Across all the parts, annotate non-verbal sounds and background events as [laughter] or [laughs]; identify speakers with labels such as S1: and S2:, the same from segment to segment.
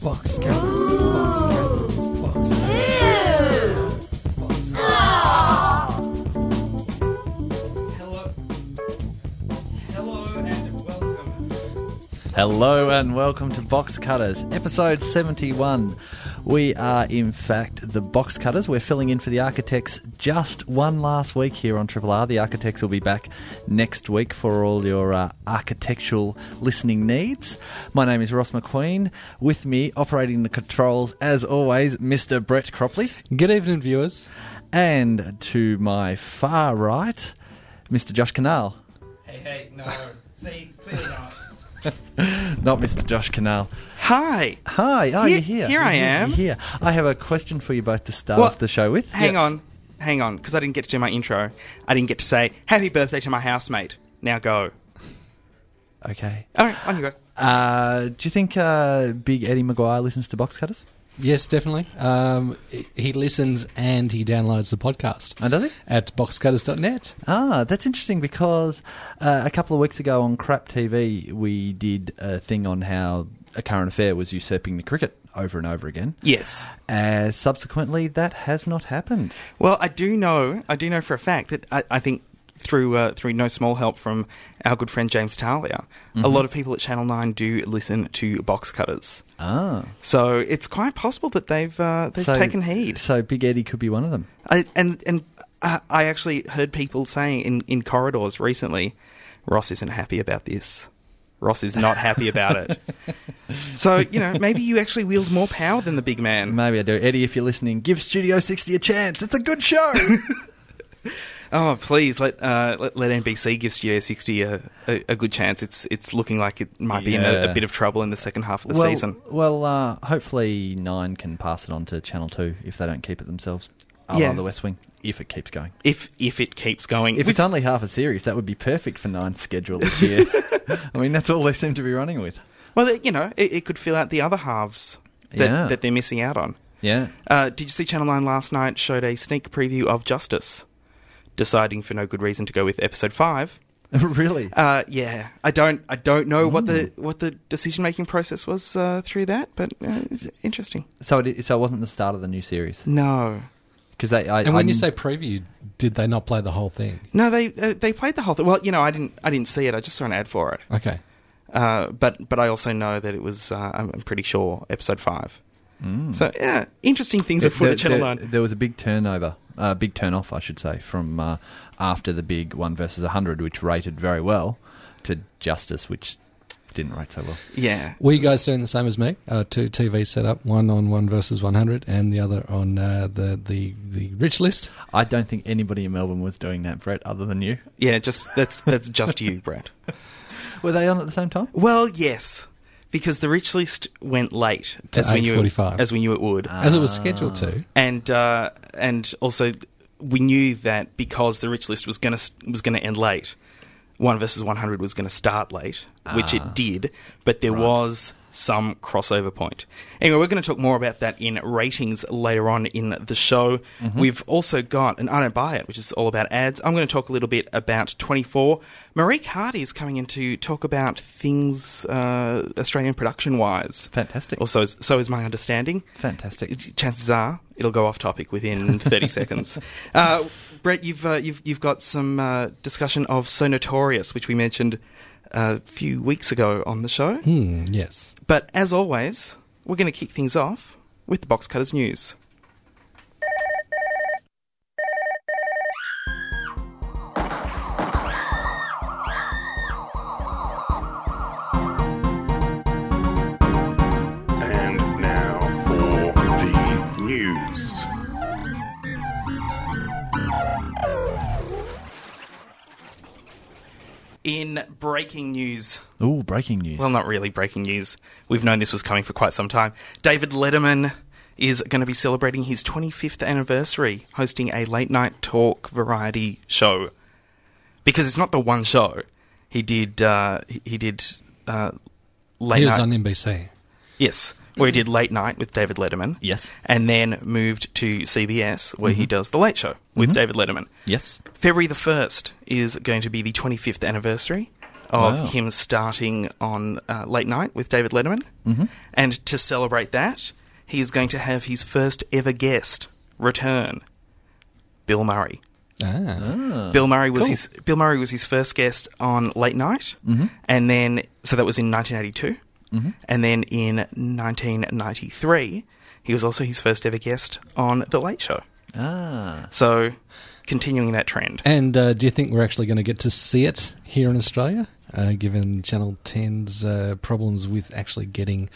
S1: Fuck skeletons. Fuck skeletons. Fuck skeletons. Fuck
S2: Hello. Hello and welcome.
S3: Hello and welcome to Box Cutters, episode 71. We are, in fact, the Box Cutters. We're filling in for the Architects just one last week here on Triple R. The Architects will be back next week for all your uh, architectural listening needs. My name is Ross McQueen. With me, operating the controls, as always, Mr. Brett Cropley.
S1: Good evening, viewers.
S3: And to my far right, Mr. Josh Canal.
S2: Hey, hey, no. See, clearly not.
S3: Not Mr. Josh Canal.
S4: Hi.
S3: Hi, are
S4: Here-
S3: you here?
S4: here I
S3: You're
S4: am.
S3: You're here. I have a question for you both to start
S4: Well,
S3: off the show with.
S4: Hang
S3: Yes.
S4: on. Hang on, because I didn't get to do my intro. I didn't get to say, Happy birthday to my housemate. Now go.
S3: Okay.
S4: All right, on you go.
S3: Uh, do you think uh, Big Eddie Maguire listens to Box Cutters?
S1: Yes, definitely. Um, he- he listens and he downloads the podcast
S4: Uh,
S3: Oh, does he?
S1: at boxcutters.net.
S3: Ah, that's interesting because uh, a couple of weeks ago on Crap TV, we did a thing on how a current affair was usurping the cricket over and over again.
S4: Yes.
S3: Uh, subsequently, that has not happened.
S4: Well, I do know, I do know for a fact that I, I think through uh, through no small help from our good friend James Talia,
S2: Mm-hmm.
S4: a lot of people at Channel Nine do listen to box cutters.
S3: Ah,
S4: So it's quite possible that they've uh, they've
S3: so-
S4: taken heed.
S3: So Big Eddie could be one of them.
S4: I, and and uh, I actually heard people saying in, in corridors recently, Ross isn't happy about this. Ross is not happy about
S3: [laughs]
S4: it. so you know, maybe you actually wield more power than the big man.
S3: Maybe I do. Eddie, if you're listening, give Studio 60 a chance. It's a good show.
S4: Oh, please let uh, let, let NBC give Studio 60 a, a, a good chance. It's it's looking like it might be in
S3: Yeah.
S4: a, a bit of trouble in the second half of the
S3: well,
S4: season.
S3: Well, uh, hopefully Nine can pass it on to Channel Two if they don't keep it themselves. I
S4: Yeah.
S3: love the West Wing if it keeps going.
S4: If if it keeps going,
S3: If it's only half a series, that would be perfect for Nine's schedule this year. [laughs] I mean, that's all they seem to be running with.
S4: well, you know, it, it could fill out the other halves that,
S3: Yeah.
S4: that they're missing out on.
S3: Yeah. [laughs]
S4: Uh, did you see Channel 9 last night showed a sneak preview of Justice? Deciding for no good reason to go with episode 5.
S3: really?
S4: Uh, yeah, I don't I don't know what the what the decision making process was uh, through that, but uh, it's interesting.
S3: So it, so it wasn't the start of the new series
S4: No.
S3: because they. I,
S1: And when
S3: I-
S1: you say preview, did they not play the whole thing?
S4: No, they uh, they played the whole thing. Well, you know, I didn't I didn't see it. I just saw an ad for it.
S1: Okay.
S4: Uh, but but I also know that it was uh, I'm I'm pretty sure episode 5.
S3: Hmm. Mm.
S4: So, yeah, interesting things
S3: There-
S4: afoot
S3: there-
S4: at Channel
S3: there-
S4: 9.
S3: There was a big turnover, a big turn off, I should say, from uh, after the big one versus hundred, which rated very well, to Justice, which didn't rate so well.
S4: yeah.
S1: Were you guys doing the same as me? Uh, two TV set up, one on one versus 100, and the other on uh, the, the, the rich list.
S3: I don't think anybody in Melbourne was doing that, Brett, other than you.
S4: Yeah, just that's that's just you, Brad.
S3: Were they on at the same time?
S4: Well, yes, because the rich list went late
S1: To
S4: as we knew
S1: 8:45.
S4: as we knew it would,
S1: As it was scheduled to.
S4: and uh, and also we knew that because the rich list was going to was going to end late, one versus one hundred was going to start late, which it did, but there was some crossover point. Anyway, we're going to talk more about that in ratings later on in the show. We've also got an I don't buy it, which is all about ads. I'm going to talk a little bit about 24. Marie Hardy is coming in to talk about things uh, Australian production wise.
S3: Fantastic.
S4: Also, so is my understanding
S3: Fantastic.
S4: chances are it'll go off topic within 30 seconds. Uh, Brett, you've, uh, you've, you've got some uh, discussion of So Notorious, which we mentioned uh, a few weeks ago on the show.
S1: Hmm, yes.
S4: But as always, we're going to kick things off with the Box Cutters news.
S5: And now for the news.
S4: In breaking news,
S3: Ooh, breaking news.
S4: well, not really breaking news, we've known this was coming for quite some time. David Letterman is going to be celebrating his 25th anniversary hosting a late night talk variety show because it's not the one show. He did. Uh, he- he did uh, late
S1: He was
S4: night.
S1: on NBC.
S4: yes, where he did late night with David Letterman.
S3: Yes.
S4: and then moved to CBS where
S1: Mm-hmm.
S4: he does the Late Show with David Letterman.
S3: Yes.
S4: February the first is going to be the 25th anniversary of
S3: Wow.
S4: him starting on uh, Late Night with David Letterman.
S3: Mm-hmm.
S4: And to celebrate that, he is going to have his first ever guest return, Bill Murray.
S1: Ah.
S4: Bill Murray was
S3: Uh, Cool. Mm-hmm.
S4: his Bill Murray was his first guest on Late Night, and then so that was in 1982, and then in 1993 he was also his first ever guest on The Late Show.
S3: Ah.
S4: So continuing that trend,
S1: And uh, do you think we're actually going to get to see it here in Australia, uh, given Channel 10's uh, problems with actually getting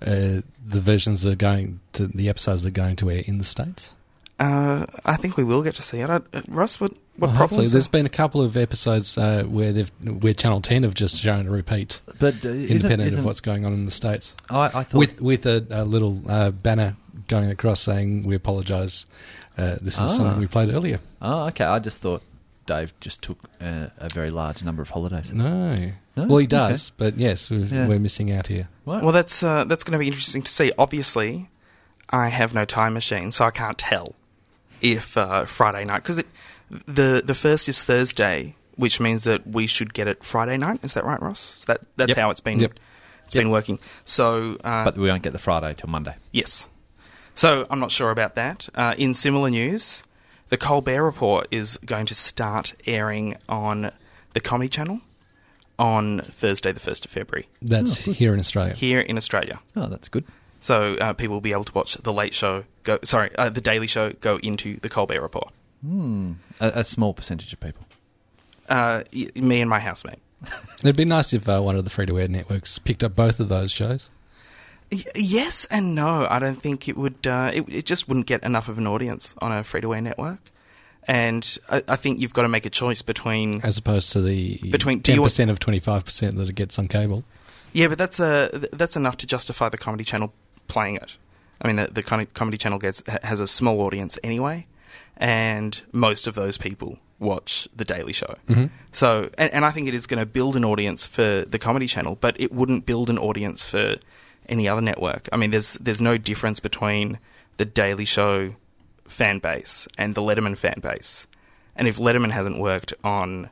S1: uh, the versions that are going to the episodes that are going to air in the States?
S4: uh, I think we will get to see it. I, uh, Russ, what what
S1: Well, hopefully,
S4: problems?
S1: there's been a couple of episodes uh, where they've where Channel 10 have just shown a repeat,
S3: But uh, isn't-
S1: independent
S3: isn't-
S1: of what's going on in the States,
S3: I, I thought
S1: with with a, a little uh, banner going across saying we apologise. Uh, this is
S3: Ah.
S1: something we played earlier.
S3: Oh, okay. I just thought Dave just took uh, a very large number of holidays.
S1: No.
S3: No?
S1: Well, he does, but yes, we're,
S3: Yeah.
S1: we're missing out here.
S3: What?
S4: well, that's uh, that's going to be interesting to see. Obviously, I have no time machine, so I can't tell if uh, Friday night because the the first is Thursday, which means that we should get it Friday night. Is that right, Ross? Is that that's
S3: Yep.
S4: how it's been.
S1: Yep.
S4: It's been working. So uh,
S3: but we won't get the Friday till Monday.
S4: yes, so I'm not sure about that. Uh, in similar news, the Colbert Report is going to start airing on the Comedy Channel on Thursday, the first of February,
S1: That's here in Australia.
S4: here in Australia.
S3: Oh, that's good.
S4: So uh, people will be able to watch the Late Show go. Sorry, uh, the Daily Show go into the Colbert Report.
S3: A, a small percentage of people.
S4: Uh, y- me and my housemate.
S1: It'd be nice if uh, one of the free to air networks picked up both of those shows.
S4: Y- yes and no. I don't think it would. Uh, it, it just wouldn't get enough of an audience on a free-to-air network. And I, I think you've got to make a choice between.
S1: As opposed to the
S4: Between- do you
S1: ten
S4: want-
S1: percent of twenty five percent that it gets on cable.
S4: Yeah, but that's a th- that's enough to justify the Comedy Channel playing it. I mean, the, the Con- Comedy Channel gets ha- has a small audience anyway, and most of those people watch the Daily Show. So, and, and I think it is going to build an audience for the Comedy Channel, but it wouldn't build an audience for any other network. I mean, there's there's no difference between the Daily Show fan base and the Letterman fan base. And if Letterman hasn't worked on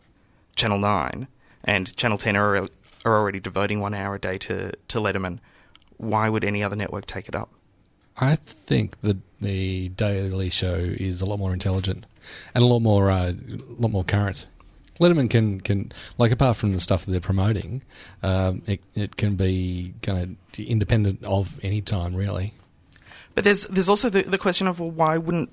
S4: Channel 9 and Channel 10 are, are already devoting one hour a day to, to Letterman, why would any other network take it up?
S1: I think that the Daily Show is a lot more intelligent and a lot more uh, a lot more current. Letterman can, can like apart from the stuff that they're promoting, um, it it can be kind of independent of any time really.
S4: But there's there's also the, the question of well, why wouldn't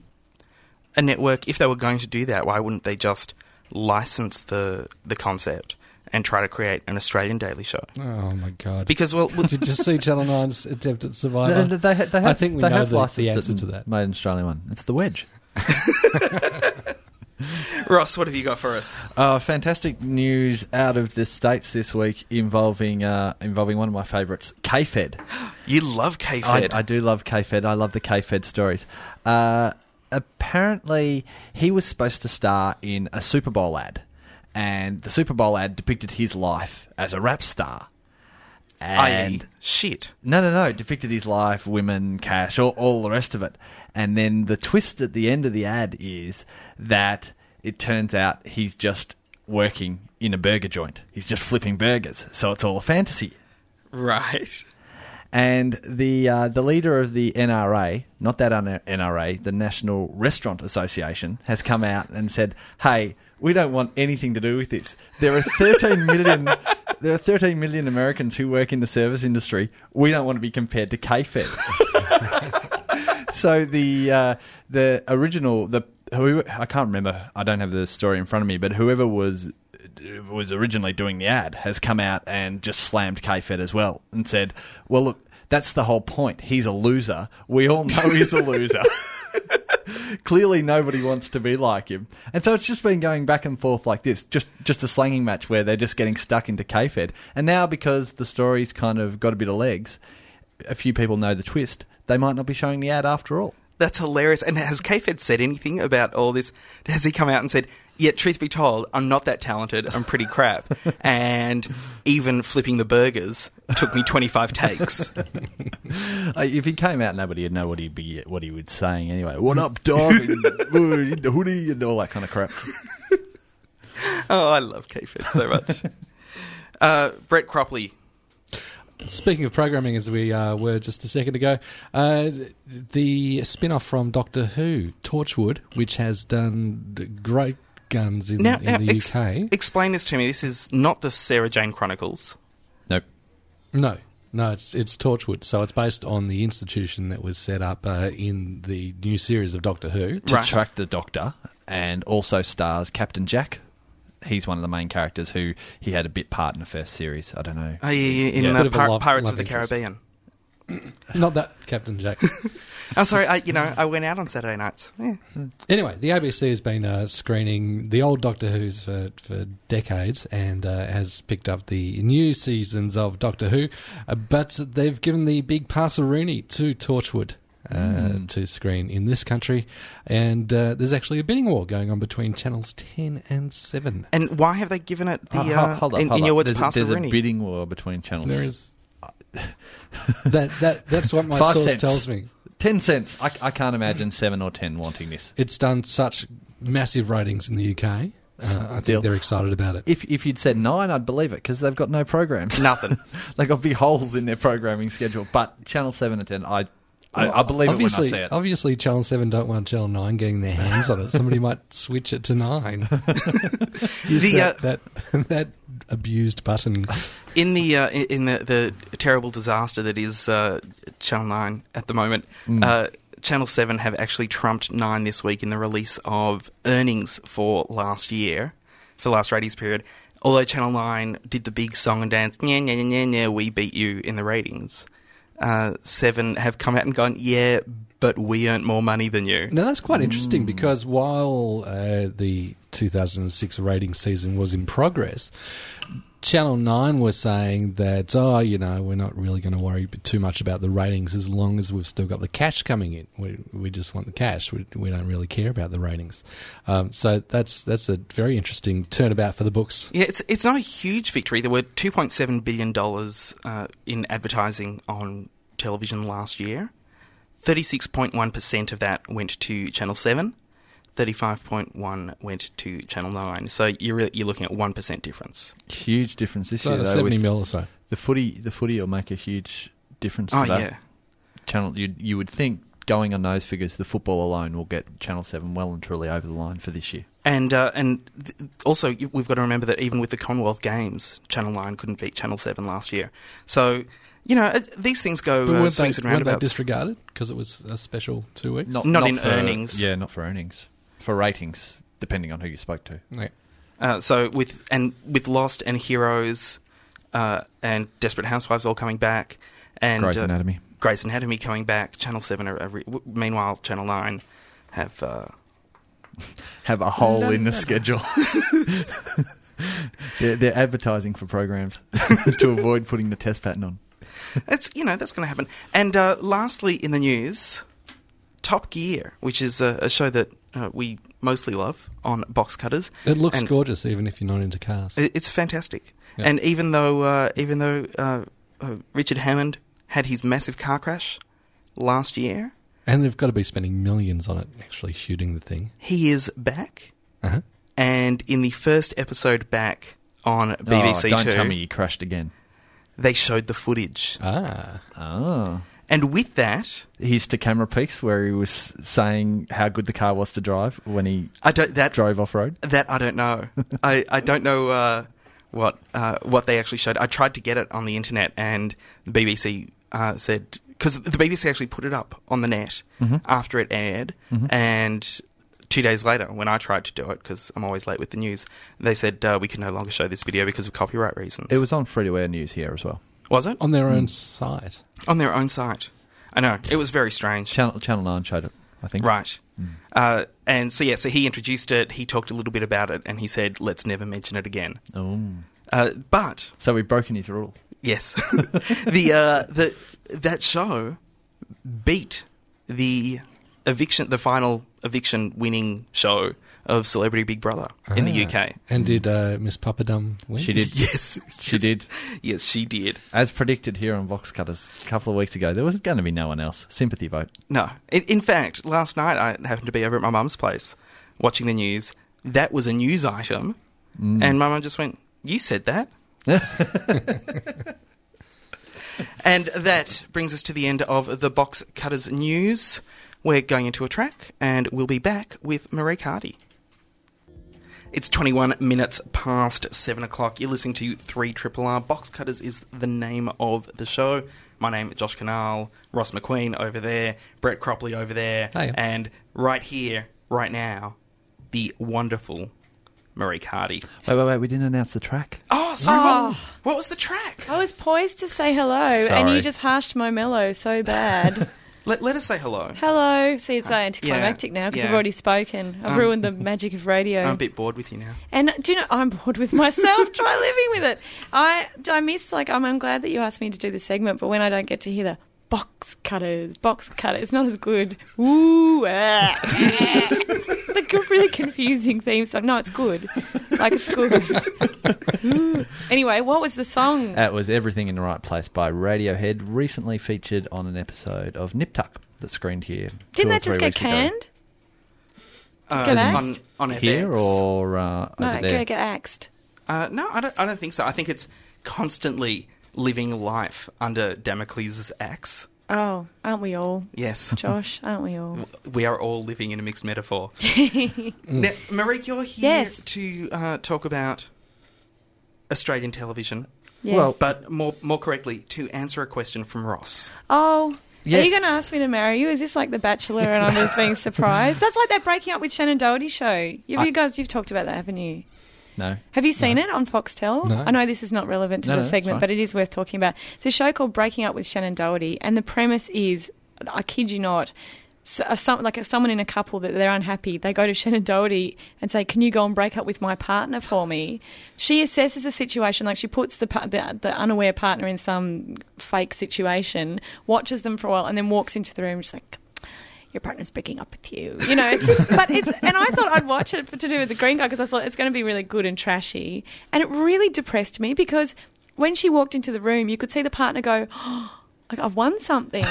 S4: a network, if they were going to do that, why wouldn't they just license the the concept and try to create an Australian Daily Show?
S1: Oh my god!
S4: Because well, well [laughs]
S1: Did you see Channel 9's attempt at Survivor?
S3: They- they ha- they
S1: I
S3: have-
S1: think we
S3: they
S1: know
S3: have
S1: the,
S3: licensed
S1: the
S3: it
S1: answer
S3: and
S1: to that.
S3: Made in Australia one. It's the wedge.
S4: Ross, what have you got for us?
S3: Uh, fantastic news out of the states this week involving uh, involving one of my favourites, K-Fed.
S4: You love K
S3: I,
S4: Fed.
S3: I do love K-Fed. I love the K-Fed stories. Uh, apparently, he was supposed to star in a Super Bowl ad, and the Super Bowl ad depicted his life as a rap star.
S4: E.
S3: And
S4: shit.
S3: no, no, no, depicted his life, women, cash, all, all the rest of it. And then the twist at the end of the ad is that it turns out he's just working in a burger joint. He's just flipping burgers, so it's all a fantasy
S4: Right.
S3: and the uh, the leader of the NRA, not that un- NRA, the National Restaurant Association, has come out and said, "Hey, we don't want anything to do with this. There are 13 million there are 13 million Americans who work in the service industry. We don't want to be compared to KFED." so the uh, the original the who I can't remember. I don't have the story in front of me, but whoever was was originally doing the ad has come out and just slammed KFED as well and said, "Well, look, that's the whole point. He's a loser. We all know he's a loser." Clearly, nobody wants to be like him, and so it's just been going back and forth like this, just just a slanging match where they're just getting stuck into KFED. And now, because the story's kind of got a bit of legs, a few people know the twist. They might not be showing the ad after all.
S4: That's hilarious. And has K-Fed said anything about all this? Has he come out and said, "Yeah, truth be told, I'm not that talented. I'm pretty
S3: [laughs]
S4: crap, and even flipping the burgers took me 25
S3: [laughs]
S4: takes."
S3: Uh, If he came out, nobody would know what he'd be what he was saying anyway.
S4: [laughs]
S3: What up, dog? and, "Ooh, in the hoodie and all that kind of crap.
S4: oh, I love K-Fed so E much. Uh, Brett Cropley.
S1: Speaking of programming, as we uh, were just a second ago, uh, the spin off from Doctor Who, Torchwood, which has done d- great guns in,
S4: Now,
S1: in
S4: now
S1: the
S4: ex-
S1: UK.
S4: explain this to me. This is not the Sarah Jane Chronicles.
S3: Nope.
S1: no, no, it's, it's Torchwood. So it's based on the institution that was set up uh, in the new series of Doctor Who.
S3: To
S4: Right.
S3: track the Doctor, and also stars Captain Jack. He's one of the main characters who he had a bit part in the first series. I don't know.
S4: Oh, yeah, yeah, in
S3: Yeah.
S1: Bit
S4: uh,
S1: of a
S4: Pir-
S1: love-
S4: Pirates
S1: love
S4: of the
S1: interest.
S4: Caribbean.
S1: Not that, Captain Jack.
S4: I'm sorry, I, you know, I went out on Saturday nights. Yeah.
S1: Anyway, the ABC has been uh, screening the old Doctor Who's for, for decades and uh, has picked up the new seasons of Doctor Who, uh, but they've given the big passeroonie to Torchwood uh,
S3: Hmm.
S1: to screen in this country. And uh, there's actually a bidding war going on between channels 10 and 7.
S4: And why have they given it the.
S3: Ho-
S4: Uh,
S3: hold up,
S4: in,
S3: hold
S4: in your
S3: up.
S4: words,
S3: there's, a- there's a
S4: Passeroonie?
S3: bidding war between channels.
S1: There is. uh, [laughs] that, that, that's what my
S3: Five
S1: source
S3: cents.
S1: tells me.
S3: ten cents. I, I can't imagine seven or ten wanting this.
S1: It's done such massive ratings in the UK. Uh, I
S3: Still.
S1: think they're excited about it.
S3: If if you'd said nine, I'd believe it because they've got no programs. [laughs]
S4: Nothing.
S3: like there'll be holes in their programming schedule. But Channel Seven and Ten, I I, I believe it when I
S1: obviously,
S3: see it.
S1: Obviously, Channel 7 don't want Channel 9 getting their hands on it. Somebody might switch it to
S3: [laughs]
S1: 9. Use
S4: The,
S1: that,
S3: uh,
S1: that, [laughs] that abused button.
S4: In the uh, in in the, the terrible disaster that is uh, Channel Nine at the moment, uh, Channel Seven have actually trumped Nine this week in the release of earnings for last year, for last ratings period. Although Channel Nine did the big song and dance, yeah, yeah, yeah, yeah, we beat you in the ratings. Uh, Seven have come out and gone, yeah, but we earned more money than you.
S1: Now, that's quite interesting
S4: Hmm.
S1: because while uh, the 2006 rating season was in progress, Channel 9 was saying that, oh, you know, we're not really going to worry too much about the ratings as long as we've still got the cash coming in. We, we just want the cash. We, we don't really care about the ratings. Um, so that's, that's a very interesting turnabout for the books.
S4: Yeah, it's it's not a huge victory. There were two point seven billion dollars uh, in advertising on television last year. Thirty six point one percent of that went to Channel Seven. Thirty five point one went to Channel Nine. So you're really, you're looking at one percent difference.
S3: Huge difference this
S1: So
S3: year though.
S1: seventy
S3: with
S1: mil or so.
S3: The footy, the footy will make a huge difference. To
S4: Oh
S3: that.
S4: yeah,
S3: Channel, you you would think going on those figures, the football alone will get Channel Seven well and truly over the line for this year.
S4: and uh, and th- also you- we've got to remember that even with the Commonwealth Games, Channel Nine couldn't beat Channel Seven last year. So you know uh, these things go
S1: But
S4: uh,
S1: weren't, they,
S4: swings and
S1: weren't they
S4: roundabouts.
S1: disregarded because it was a special two weeks?
S4: Not in earnings.
S3: Yeah, not for earnings. For ratings, depending on who you spoke to.
S1: Yeah.
S4: Uh, so with and with Lost and Heroes uh, and Desperate Housewives all coming back and
S3: Grey's
S4: uh,
S3: Anatomy.
S4: Grey's Anatomy coming back, Channel Seven. Are, are re- w- meanwhile, Channel Nine have uh, [laughs]
S3: Have a hole in the schedule. [laughs] they're, they're advertising for programs [laughs] to avoid putting the test
S4: [laughs]
S3: pattern on.
S4: it's you know that's going to happen. And uh, lastly, in the news, Top Gear, which is a, a show that uh, we mostly love on box cutters.
S1: It looks
S4: And-
S1: gorgeous, even if you're not into cars.
S4: It- It's fantastic.
S1: Yeah.
S4: And even though uh, even though uh, uh, Richard Hammond had his massive car crash last year,
S1: and they've got to be spending millions on it actually shooting the thing.
S4: he is back.
S1: Uh-huh.
S4: and in the first episode back on BBC
S3: oh, don't
S4: Two,
S3: tell me you crashed again.
S4: they showed the footage.
S1: Ah,
S3: Ah.
S4: And with that,
S3: His to camera peaks where he was saying how good the car was to drive when he
S4: I don't that
S3: drove off road.
S4: that I don't
S3: [laughs]
S4: know. I, I don't know uh, what uh, what they actually showed. I tried to get it on the internet, and the BBC uh, said because the BBC actually put it up on the net
S3: Mm-hmm.
S4: after it aired, and. Two days later, when I tried to do it, because I'm always late with the news, they said uh, we can no longer show this video because of copyright reasons.
S3: It was on free to air news here as well.
S4: was it
S1: on their own site.
S4: on their own site? I know it was very strange.
S3: Channel, Channel 9 showed it, I think.
S4: Right. Uh, and so, yeah, so he introduced it, he talked a little bit about it, and he said, let's never mention it again.
S3: Oh.
S4: Uh, but,
S3: So we've broken his rule.
S4: yes, [laughs] the, uh, the, that show beat the eviction, the final eviction winning show of Celebrity Big Brother in the Mm.
S1: Ah.
S4: UK.
S1: And did uh, Miss Papadum win?
S3: She did.
S4: [laughs] Yes.
S3: She
S4: yes.
S3: did.
S4: Yes, she did.
S3: As predicted here on Vox Cutters a couple of weeks ago, there was going to be no one else. Sympathy vote.
S4: No. In, in fact, last night I happened to be over at my mum's place watching the news. That was a news item. And my mum just went, You said that? And that brings us to the end of the Box Cutters news. We're going into a track, and we'll be back with Marie Cardi. It's 21 minutes past 7 o'clock. You're listening to 3 Triple R. Box Cutters is the name of the show. My name is Josh Canal, Ross McQueen over there, Brett Cropley over there,
S1: Hiya.
S4: and right here, right now, the wonderful Marie Cardi.
S3: Wait, wait, wait. We didn't announce the track.
S4: Oh, sorry,
S6: Oh.
S4: What, what was the track?
S6: I was poised to say hello, and
S3: Sorry.
S6: you just harshed my mellow so bad. [laughs]
S4: Let, let us say hello.
S6: hello. See,
S3: Uh,
S6: it's uh, anticlimactic
S4: yeah,
S6: now because
S4: yeah.
S6: I've already spoken. I've
S4: Um,
S6: ruined the magic of radio.
S3: um,
S4: I'm a bit bored with you now.
S6: And uh, do you know, I'm bored with myself. [laughs] Try living with it. I, I miss, like, I'm, I'm glad that you asked me to do this segment, but when I don't get to hear the box cutters, box cutter, it's not as good. Ooh, ah, [laughs] ah. The co- really confusing theme song. No, it's good. Like, it's good.
S3: [laughs]
S6: Ooh. Anyway, what was the song?
S3: That was Everything in the Right Place by Radiohead, recently featured on an episode of Nip Tuck that screened here. two
S6: Didn't
S3: or
S6: that just
S3: three
S6: get
S3: weeks ago.
S6: canned?
S4: Uh,
S6: Get
S4: on,
S6: axed?
S4: on FX.
S3: Here or uh,
S6: No,
S3: over
S6: it
S3: there?
S6: get, get axed.
S4: Uh, no, I don't. I don't think so. I think it's constantly living life under Damocles' axe.
S6: Oh, aren't we
S3: [laughs]
S6: all?
S4: Yes,
S6: Josh, aren't we all?
S4: we are all living in a mixed
S6: [laughs]
S4: metaphor. now, Marie, you're here
S6: Yes.
S4: to uh, talk about Australian television,
S6: Yes.
S3: Well,
S4: but more more correctly, to answer a question from Ross.
S6: Oh. Are
S3: Yes.
S6: you going to ask me to marry you? Is this like The Bachelor and I'm
S3: [laughs]
S6: just being surprised? That's like that breaking up with Shannon Doherty show. You, you guys, you've talked about that, haven't you?
S3: No.
S6: Have you seen it on Foxtel?
S1: No.
S6: I know this is not relevant to
S3: No,
S6: the
S3: no, that's
S6: segment,
S3: fine.
S6: but it is worth talking about. It's a show called Breaking Up with Shannon Doherty, and the premise is, I kid you not, so, uh, some, like uh, someone in a couple that they're unhappy, they go to [laughs] Shannon Doherty and say, "Can you go and break up with my partner for me?" She assesses the situation, like she puts the, par- the the unaware partner in some fake situation, watches them for a while, and then walks into the room, just like your partner's breaking up with you,
S4: [laughs]
S6: you know. but it's and I thought I'd watch it for, to do with the green guy because I thought it's going to be really good and trashy, and it really depressed me because when she walked into the room, you could see the partner go. [gasps] Oh, like, I've won something.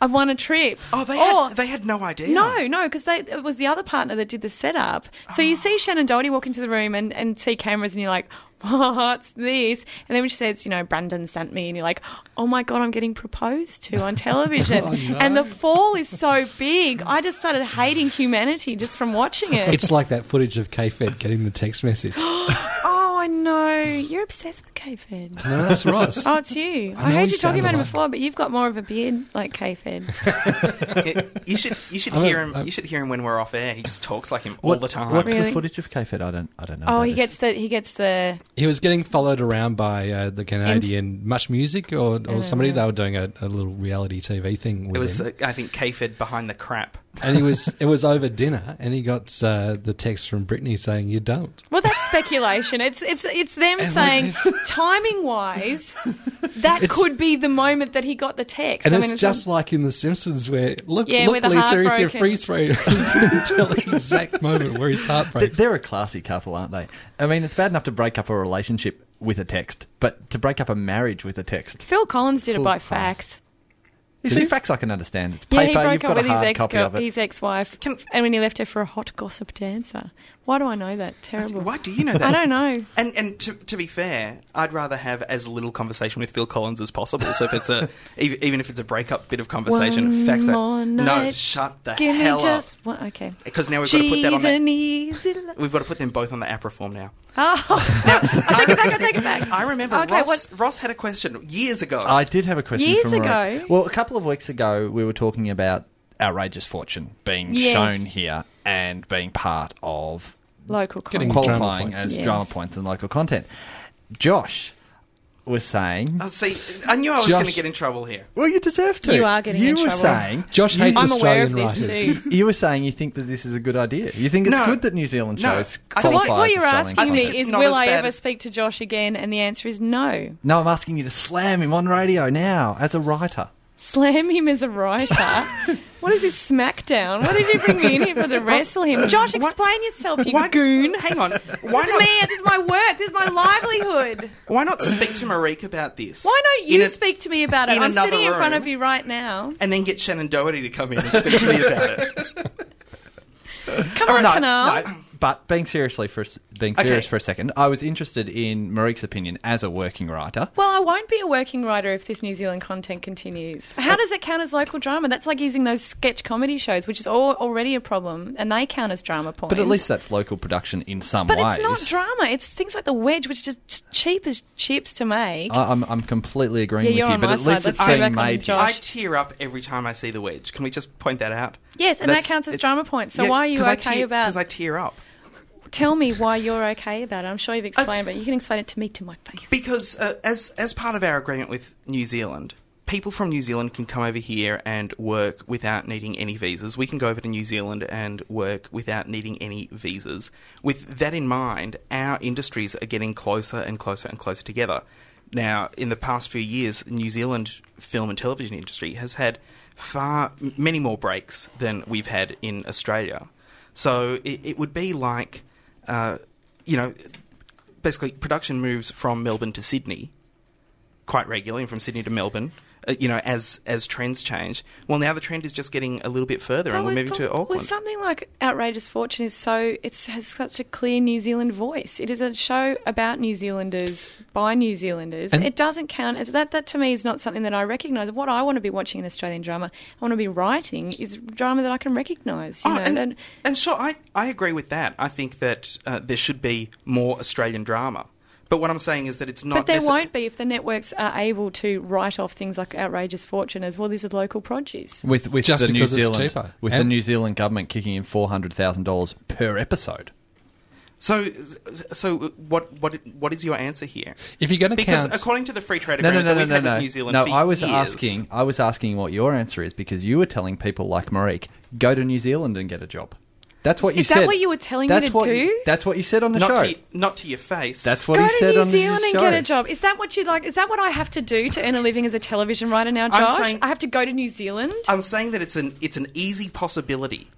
S6: I've won a trip.
S4: Oh, they
S6: Or-
S4: had, they had no idea.
S6: no, no, because it was the other partner that did the setup. So you
S1: Ah.
S6: see Shannon Doherty walk into the room and, and see cameras, and you're like, what's this? And then when she says, you know, Brandon sent me, and you're like, oh my God, I'm getting proposed to on television.
S1: [laughs] Oh, no.
S6: And the fall is so big. I just started hating humanity just from watching it.
S1: It's like that footage of KFed getting the text
S4: [gasps]
S1: message. No,
S6: [laughs] oh, I know. You're obsessed with K-Fed.
S1: that's Ross.
S6: Oh, it's
S1: know
S6: you. I, heard
S1: we
S6: you talking
S1: sound
S6: about him
S1: alike.
S6: before, but you've got more of a beard like
S1: [laughs]
S6: K-Fed.
S4: [laughs] you should you should
S1: I'm a-
S4: hear him.
S1: I'm-
S4: you should hear him when we're off air. He just talks like him all
S3: What-
S4: the time.
S3: What's
S6: Really?
S3: the footage of KFed? I don't. I don't know.
S6: Oh,
S3: about
S6: he
S3: this.
S6: gets the he gets the
S1: He was getting followed around by uh, the Canadian Much Music or, or somebody. They were doing a, a little reality TV thing with
S4: It was,
S1: him.
S4: uh, I think, K-Fed behind the crap.
S1: and he
S4: [laughs]
S1: was it was over dinner, and he got uh, the text from Brittany saying, "You don't."
S6: Well, that's speculation. It's it's it's them
S1: And
S6: saying
S4: [laughs]
S6: timing wise, that
S1: It's-
S6: could be the moment that he got the text.
S1: And it's just
S6: not-
S1: like in The Simpsons where look,
S6: Yeah,
S1: look,
S6: with the
S1: Lisa, if you
S6: heartbroken.
S1: freeze frame, you can [laughs] tell the exact moment where his heart
S3: But
S1: breaks.
S3: They're a classy couple, aren't they? I mean, it's bad enough to break up a relationship with a text, but to break up a marriage with a text.
S6: Phil Collins did it
S3: Full
S6: by
S3: pass.
S6: fax.
S3: You see, facts I can understand. It's
S6: Hmm? Yeah,
S3: paper.
S6: he broke
S3: You've got
S6: up with
S3: a hard
S6: his ex
S3: copy of it.
S6: his ex wife,
S4: Can-
S6: and when he left her for a hot gossip dancer. Why do I know that? Terrible.
S4: Why do you know that?
S6: I don't know.
S4: And and to, to be fair, I'd rather have as little conversation with Phil Collins as possible. So if it's
S6: [laughs]
S4: a ev- even if it's a breakup bit of conversation,
S6: One
S4: fax that.
S6: more
S4: No,
S6: night.
S4: shut the
S6: Give me
S4: hell
S6: just one. Okay.
S4: up. Because now we've got to put
S6: She's
S4: that on.
S6: an
S4: That,
S6: easy. li-
S4: we've got to put them both on the app reform [laughs]
S6: [laughs]
S4: now.
S6: Oh, I take it back. I take it back.
S4: [laughs] I remember
S6: Okay,
S4: Ross.
S6: what-
S4: Ross had a question years ago.
S3: I did have a question
S6: Years
S3: from Roy.
S6: ago-
S3: Well, a couple of weeks ago, we were talking about outrageous fortune being
S6: Yes.
S3: shown here and being part of
S6: Local
S1: Getting
S6: content.
S1: drama
S3: qualifying
S1: points.
S3: as
S6: Yes.
S3: drama points and local content. Josh was saying,
S4: Uh, see, I knew I was
S1: Josh-
S4: going to get in trouble here.
S3: "Well, you deserve to.
S6: You are getting
S3: You
S6: in
S3: were
S6: trouble.
S3: saying,
S1: Josh
S3: you-
S1: hates
S6: I'm aware
S1: Australian
S6: of this
S1: writers.
S6: too.
S3: [laughs] You were saying you think that this is a good idea. You think it's
S4: No.
S3: good that New Zealand
S4: No.
S3: shows
S4: I
S6: So
S4: think
S3: qualify
S6: what,
S4: it's-
S6: what
S3: as
S6: you're
S3: Australian
S6: asking
S4: think
S3: content.
S6: me
S4: it's
S6: is,
S4: not
S6: will
S4: as
S6: I
S4: bad
S6: ever
S4: as-
S6: speak to Josh again? And the answer is no.
S3: No, I'm asking you to slam him on radio now as a writer.
S6: Slam him as
S4: [laughs]
S6: a writer. what is this SmackDown? What did you bring me in here for to wrestle him? Josh, explain yourself, you
S4: Why-
S6: goon.
S4: Hang on. Why
S6: [laughs] This is
S4: not?
S6: me. This is my work. This is my livelihood.
S4: Why not speak to Marique about this?
S6: Why don't
S4: In
S6: you
S4: a-
S6: speak to me about it?
S4: in
S6: I'm
S4: another
S6: sitting in front
S4: room.
S6: of you right now.
S4: And then
S6: [laughs]
S4: get Shannon Doherty to come in and speak to me about it.
S6: Come on,
S3: no,
S6: Canal.
S3: no, But being seriously for a s- being
S4: Okay.
S3: serious for a second, I was interested in Marique's opinion as a working writer.
S6: Well, I won't be a working writer if this New Zealand content continues. How does it count as local drama? That's like using those sketch comedy shows, which is all, already a problem, and they count as drama points.
S3: But at least that's local production in some
S6: But
S3: ways.
S6: it's not drama. It's things like the wedge, which is just cheap as chips to make.
S4: Oh.
S3: I, I'm, I'm completely agreeing
S6: Yeah,
S3: with
S6: you're
S3: you,
S6: on
S3: but
S6: my
S3: at
S6: side.
S3: least
S6: Let's
S3: it's
S6: go back
S3: being
S6: on
S3: made.
S6: Josh.
S4: I tear up every time I see the wedge. Can we just point that out?
S6: Yes, and that counts as drama points, so why are you okay about-
S4: Because I tear up.
S6: Tell me why you're okay about it. I'm sure you've explained, but you can explain it to me to my face.
S4: Because uh, as as part of our agreement with New Zealand, people from New Zealand can come over here and work without needing any visas. We can go over to New Zealand and work without needing any visas. With that in mind, our industries are getting closer and closer and closer together. Now, in the past few years, New Zealand film and television industry has had far m- many more breaks than we've had in Australia. So it, it would be like, uh, you know, basically production moves from Melbourne to Sydney quite regularly, and from Sydney to Melbourne. Uh, you know, as as trends change, well, now the trend is just getting a little bit further, and
S6: But
S4: we're
S6: with-
S4: moving to
S6: but
S4: Auckland.
S6: With something like Outrageous Fortune is so it has such a clear New Zealand voice. It is a show about New Zealanders by New Zealanders.
S1: And-
S6: it doesn't count as that. That to me is not something that I recognise. What I want to be watching in Australian drama, I want to be writing is drama that I can recognise. You
S4: Oh,
S6: know,
S4: and,
S6: and-
S4: and sure, I, I agree with that. I think that uh, there should be more Australian drama. But what I'm saying is that it's not.
S6: but there
S4: necessar-
S6: won't be if the networks are able to write off things like outrageous fortune as well. These are local produce.
S3: With, with
S1: Just
S3: the New
S1: because it's
S3: Zealand,
S1: cheaper.
S3: with
S1: And-
S3: the New Zealand government kicking in four hundred thousand dollars per episode.
S4: So, so what what what is your answer here?
S1: If you're going to
S4: Because
S1: count,
S4: according to the free trade
S3: No, no,
S4: agreement that
S3: no, no,
S4: we've
S3: no,
S4: had
S3: no.
S4: with New Zealand,
S3: no
S4: for
S3: I was
S4: years-
S3: asking. I was asking what your answer is because you were telling people like Marique, go to New Zealand and get a job. That's what you
S6: Is that
S3: said.
S6: what you were telling me
S3: that's
S6: to
S3: what
S6: do?
S3: You, that's what you said on the
S4: not
S3: show.
S4: to, not to your face.
S3: That's what
S6: Go
S3: he
S6: to
S3: said
S6: New
S3: on the
S6: Zealand and
S3: show.
S6: get a job. Is that what you like? Is that what I have to do to earn a living as a television writer now, Josh?
S4: saying- Oh,
S6: I have to go to New Zealand.
S4: I'm saying that it's an it's an easy possibility.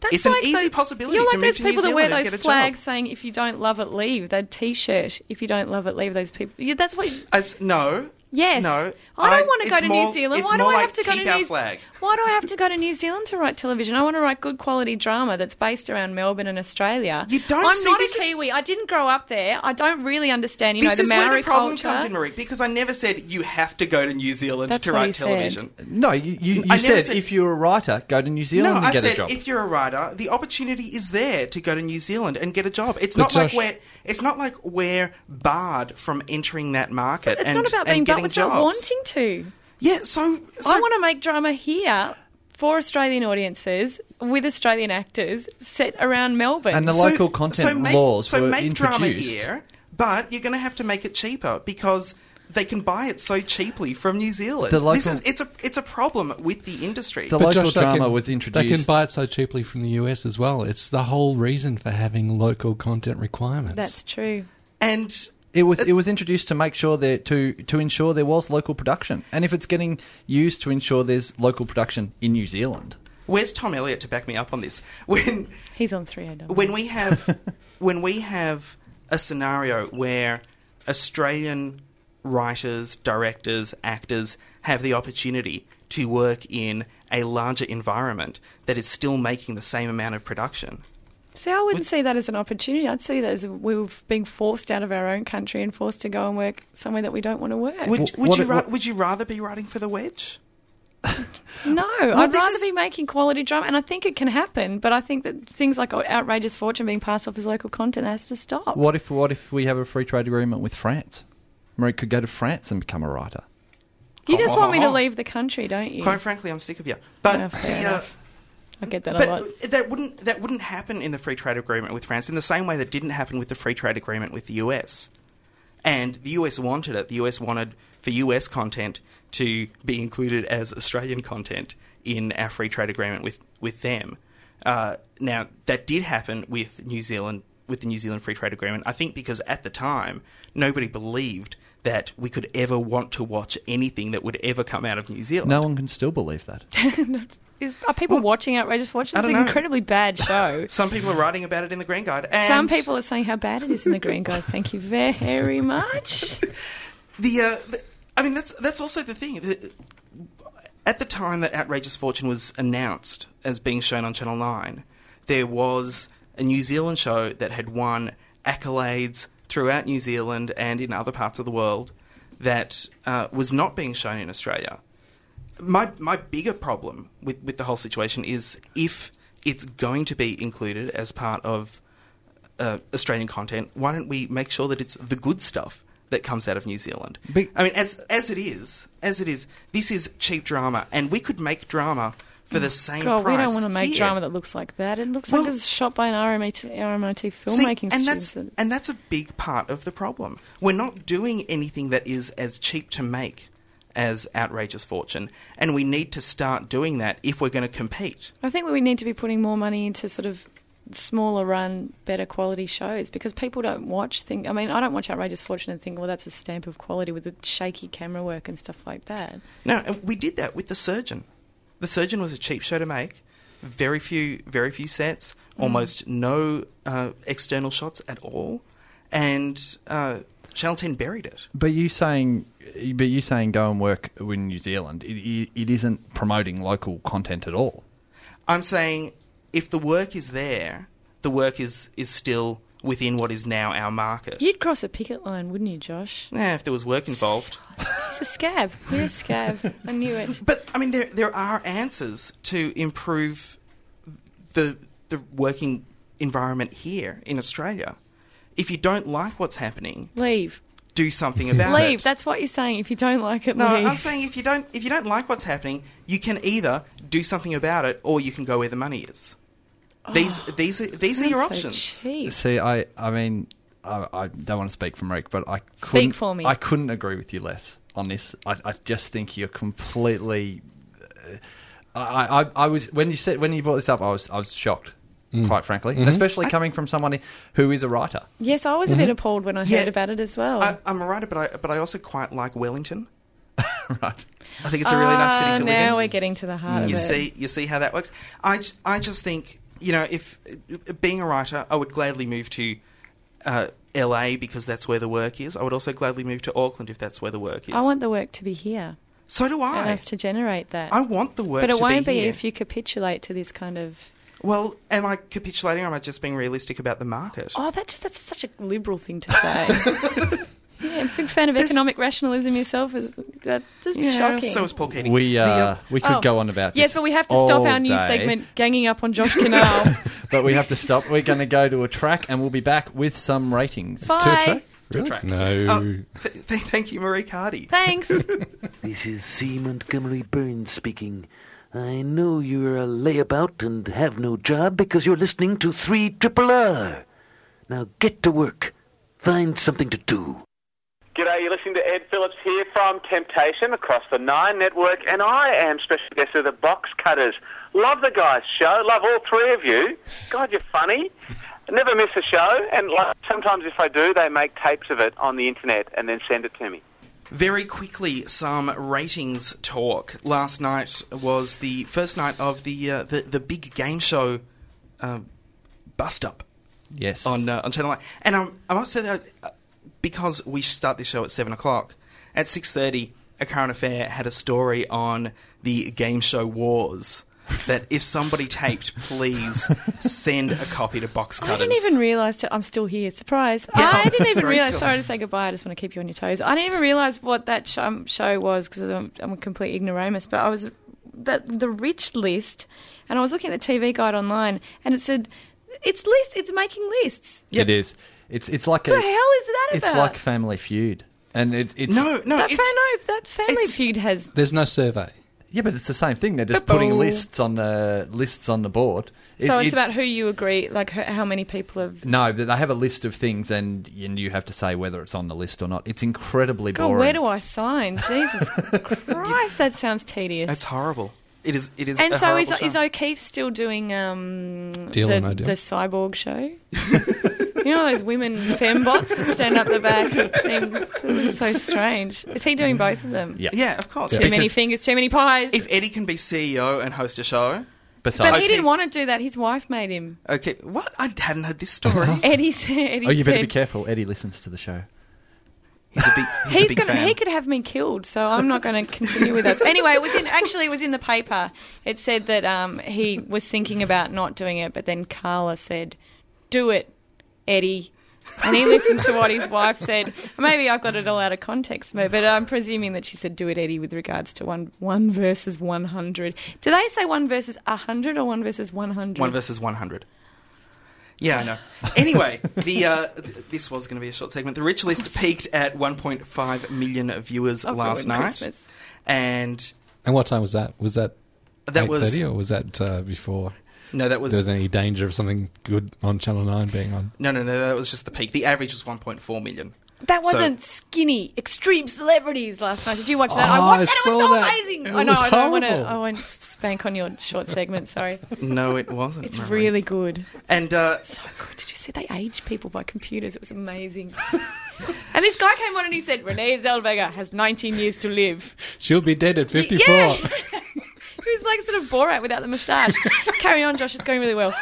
S6: That's
S4: it's an easy
S6: those-
S4: possibility
S6: You're
S4: to
S6: like
S4: move
S6: those
S4: to New
S6: people that
S4: Zealand
S6: wear
S4: and
S6: those
S4: get a job.
S6: flags saying "If you don't love it, leave." That T-shirt. If you don't love it, leave. Those people. Yeah, that's what.
S4: As, no.
S6: Yes.
S4: No.
S6: I don't want to go
S4: it's
S6: to
S4: more-
S6: New Zealand.
S4: it's
S6: Why do
S4: more
S6: I
S4: like
S6: have to go to
S4: keep
S6: New
S4: our
S6: Zealand?
S4: flag.
S6: Why do I have to go to New Zealand to write television? I want to write good quality drama that's based around Melbourne and Australia.
S4: You don't
S6: I'm
S4: see
S6: not a
S4: this is-
S6: Kiwi. I didn't grow up there. I don't really understand. You
S4: This
S6: know the
S4: is
S6: Maori
S4: where the problem
S6: culture.
S4: comes in, Marie, because I never said you have to go to New Zealand
S6: That's
S4: to
S6: what
S4: write
S6: he said.
S4: television.
S3: No, you, you,
S4: I
S3: you
S4: never
S3: said,
S4: said-
S3: if you're a writer, go to New Zealand
S4: no,
S3: and
S4: I
S3: get
S4: said
S3: a job.
S4: if you're a writer, the opportunity is there to go to New Zealand and get a job. It's not
S1: But
S4: like
S1: Josh-
S4: we're it's not like we're barred from entering that market
S6: It's
S4: and
S6: not about
S4: and
S6: being but
S4: getting
S6: it's
S4: jobs.
S6: about wanting to.
S4: Yeah, so, so
S6: I want to make drama here for Australian audiences with Australian actors set around Melbourne.
S3: and the
S4: So-
S3: local content
S4: so make,
S3: laws
S4: so
S3: were
S4: make
S3: introduced.
S4: drama here, but you're going to have to make it cheaper because they can buy it so cheaply from New Zealand.
S3: The
S4: this
S3: local-
S4: is it's a it's a problem with the industry.
S3: The
S1: but
S3: local
S1: Josh, they
S3: drama
S1: can-
S3: was
S1: They can
S3: introduced.
S1: buy it so cheaply from the US as well. It's the whole reason for having local content requirements.
S6: That's true.
S4: and
S3: It was it was introduced to make sure that to to ensure there was local production, and if it's getting used to ensure there's local production in New Zealand.
S4: where's Tom Elliott to back me up on this? When
S6: He's on 309.
S4: when we
S3: [laughs]
S4: have when we have a scenario where Australian writers, directors, actors have the opportunity to work in a larger environment that is still making the same amount of production.
S6: See, I wouldn't see that as an opportunity. I'd see that as we were being forced out of our own country and forced to go and work somewhere that we don't want to work.
S4: Would,
S3: Wh-
S4: would
S3: what-
S4: you ra-
S3: what-
S4: would you rather be writing for the wedge?
S6: no, I'd
S4: this
S6: rather
S4: is-
S6: be making quality drama, and I think it can happen. But I think that things like outrageous fortune being passed off as local content that has to stop.
S3: What if what if we have a free trade agreement with France? Marie could go to France and become a writer.
S6: You just want me to leave the country, don't you?
S4: Quite frankly, I'm sick of you. But
S3: Oh,
S6: Yeah, fair
S4: the, uh,
S6: enough. I get that a lot.
S4: but that wouldn't that wouldn't happen in the free trade agreement with France in the same way that didn't happen with the free trade agreement with the US. And the US wanted it. The US wanted for US content to be included as Australian content in our free trade agreement with with them. Uh, now that did happen with New Zealand with the New Zealand free trade agreement. I think because at the time nobody believed that we could ever want to watch anything that would ever come out of New Zealand.
S3: No one can still believe that. [laughs]
S6: [laughs] Is, are people
S4: Well,
S6: watching Outrageous Fortune?
S4: I
S6: It's
S4: don't
S6: an
S4: know. [laughs]
S6: incredibly bad show.
S4: Some people are writing about it in the Green Guide. And
S6: Some people are saying how bad it is in the Green Guide. Thank you very much.
S4: the, uh, the I mean that's that's also the thing. The- at the time that Outrageous Fortune was announced as being shown on Channel Nine, there was a New Zealand show that had won accolades throughout New Zealand and in other parts of the world that uh, was not being shown in Australia. My my bigger problem with, with the whole situation is if it's going to be included as part of uh, Australian content, why don't we make sure that it's the good stuff that comes out of New Zealand?
S3: Be-
S4: I mean, as as it is, as it is, this is cheap drama, and we could make drama for the same
S6: God,
S4: price.
S6: we don't want to make
S4: here.
S6: drama that looks like that. It looks
S4: Well-
S6: like it's shot by an RMIT, RMIT
S4: See,
S6: filmmaking
S4: and
S6: student.
S4: that's and that's a big part of the problem. We're not doing anything that is as cheap to make as outrageous fortune, and we need to start doing that if we're going to compete.
S6: I think we need to be putting more money into sort of smaller run, better quality shows because people don't watch things. I mean, I don't watch Outrageous Fortune and think, well, that's a stamp of quality with the shaky camera work and stuff like that.
S4: No, and we did that with the surgeon. The surgeon was a cheap show to make. Very few, very few sets. Almost no uh, external shots at all, and uh, Channel Ten buried it.
S3: But you saying, but you saying, go and work in New Zealand. It, it, it isn't promoting local content at all.
S4: I'm saying if the work is there, the work is is still within what is now our market.
S6: You'd cross a picket line, wouldn't you, Josh?
S4: Yeah, if there was work involved.
S6: It's a scab. You're a scab. I
S3: [laughs]
S6: knew it.
S4: But I mean, there there are answers to improve the the working environment here in Australia. If you don't like what's happening,
S6: Leave.
S4: do something about it.
S6: Leave. That's what you're saying. If you don't like it,
S4: no,
S6: leave.
S4: I'm saying if you don't if you don't like what's happening, you can either do something about it or you can go where the money is. These these are, these are your
S6: Oh, That's so
S4: options.
S6: cheap.
S3: See, I, I mean, I, I don't want to speak from Rick, but I
S6: Speak
S3: couldn't,
S6: for me.
S3: I couldn't agree with you less on this. I, I just think you're completely. Uh, I, I, I was when you said when you brought this up, I was I was shocked, quite frankly, especially coming from someone who is a writer. [laughs]
S6: Yes, I was a bit appalled when I
S4: Yeah.
S6: heard about it as well.
S4: I, I'm a writer, but I but I also quite like Wellington.
S3: right?
S4: I think it's a really nice
S6: Ah,
S4: city to live in.
S6: now we're getting to the heart of
S4: you
S6: it.
S4: see you see how that works I, j- I just think you know if uh, being a writer i would gladly move to uh, la because that's where the work is i would also gladly move to auckland if that's where the work is
S6: I want the work to be here
S4: so do
S6: and
S4: i
S6: us to generate that.
S4: i want the work
S6: but it
S4: to
S6: won't
S4: be,
S6: be
S4: here.
S6: if you capitulate to this kind of
S4: well am i capitulating or am i just being realistic about the market
S6: oh that just that's such a liberal thing to [laughs] say yeah I'm a big fan of economic rationalism yourself is that just
S4: yeah
S6: shocking
S4: so is paul keating
S3: We
S4: The,
S3: uh,
S4: uh,
S3: we could
S6: Oh.
S3: go on about
S6: yes
S3: this
S6: but we have to stop
S3: all
S6: our news
S3: day.
S6: segment ganging up on Josh Canal
S3: [laughs] but we have to stop. We're going to go to a track, and we'll be back with some ratings.
S1: To a
S6: bye
S1: track? Really?
S4: track.
S1: No.
S4: oh, th- th- thank you marie cardi
S6: thanks
S7: This is C. Montgomery Burns speaking. I know you're a layabout and have no job because you're listening to 3 Triple R. Now get to work. Find something to do.
S8: G'day, you're listening to Ed Phillips here from Temptation across the Nine Network, and I am special guest of the Box Cutters. Love the guys' show, love all three of you. God, you're funny. Never miss a show, and like, sometimes if I do, they make tapes of it on the internet and then send it to me.
S4: Very quickly, some ratings talk. Last night was the first night of the uh, the, the big game show um, bust up
S3: Yes.
S4: on uh, on Channel Nine, and I'm I'm upset that uh, because we start this show at seven o'clock. At six thirty, a current affair had a story on the game show wars. That if somebody taped, please send a copy to Box
S6: I
S4: Cutters.
S6: didn't even realise. till- I'm still here. Surprise! I
S3: [laughs]
S6: didn't even realise. Sorry to say goodbye. I just want to keep you on your toes. I didn't even realise what that sh- um, show was because I'm, I'm a complete ignoramus. But I was that the rich list, and I was looking at the TV guide online, and it said it's lists. It's making lists.
S3: It is. It's it's like
S6: What
S3: a,
S6: the hell is that
S3: It's
S6: about?
S3: like Family Feud, and it, it's
S4: no, no,
S6: that,
S4: it's,
S6: fa- no, that Family
S4: it's-
S6: Feud has.
S1: There's no survey.
S3: Yeah, but it's the same thing. They're just
S6: Boop-boop.
S3: putting lists on the lists on the board. It-
S6: so
S3: it-
S6: it's about who you agree, like ho- how many people have.
S3: no, but they have a list of things, and and you have to say whether it's on the list or not. It's incredibly
S6: God,
S3: boring.
S6: where do I sign?
S3: [laughs]
S6: Jesus Christ, that sounds tedious.
S4: That's horrible. It is. It is.
S6: [laughs] And
S4: a
S6: so
S4: horrible
S6: is,
S4: show.
S6: is O'Keefe still doing um,
S1: Deal
S6: the,
S1: or no deal?
S6: the cyborg show? you know those women fembots that stand up the back and it's so strange. Is he doing both of them?
S3: Yeah.
S4: Yeah, of course.
S6: Too
S4: If
S6: many
S4: it's-
S6: fingers, too many pies.
S4: If Eddie can be CEO and host a show,
S3: Besides,
S6: but he
S4: O'Keefe-
S6: didn't want to do that. His wife made him.
S4: okay, what? I hadn't heard this
S6: [laughs]
S4: story.
S6: Eddie said. Eddie
S3: oh, you better
S6: said,
S3: be careful. Eddie listens to the show.
S4: He's a big, he's, a
S6: He's
S4: big
S6: gonna,
S4: fan.
S6: he could have me killed, so I'm not going to continue with that. Anyway, it was in actually it was in the paper. It said that um, he was thinking about not doing it, but then Carla said, Do it, Eddie. And he listens to what his wife said. Maybe I've got it all out of context, mate, but I'm presuming that she said "Do it, Eddie" with regards to one one versus one hundred. Do they say one versus hundred or one versus one hundred?
S4: One versus 100. Yeah, I know. Anyway, the uh, th- this was going to be a short segment. The Rich List
S6: [laughs]
S4: peaked at 1.5 million viewers
S6: I've
S4: last
S6: ruined
S4: night,
S6: Christmas.
S4: and
S1: And what time was that? Was that
S4: that
S1: eight
S4: was
S1: thirty or was that uh, before
S4: no, that
S1: there was
S4: was
S1: any danger of something good on Channel Nine being on?
S4: no, no, no. That was just the peak. The average was 1.4 million.
S6: That
S4: So-
S6: wasn't skinny extreme celebrities last night. Did you watch that? I
S1: Oh,
S6: watched
S1: I
S6: that. It was
S1: saw
S6: so
S1: that.
S6: amazing.
S1: It
S6: I know.
S1: was
S6: I don't want to.
S1: horrible.
S6: I won't spank on your short
S1: [laughs]
S6: segment. Sorry.
S4: No, it wasn't.
S6: It's
S4: Marie.
S6: really good.
S4: and uh,
S6: So good. Did you see they age people by computers? It was amazing. [laughs] and this guy came on and he said, "Renee Zellweger has 19 years to live."
S1: She'll be dead at fifty-four.
S6: Yeah. [laughs] he was like sort of Borat without the moustache. Carry on, Josh. It's going really well.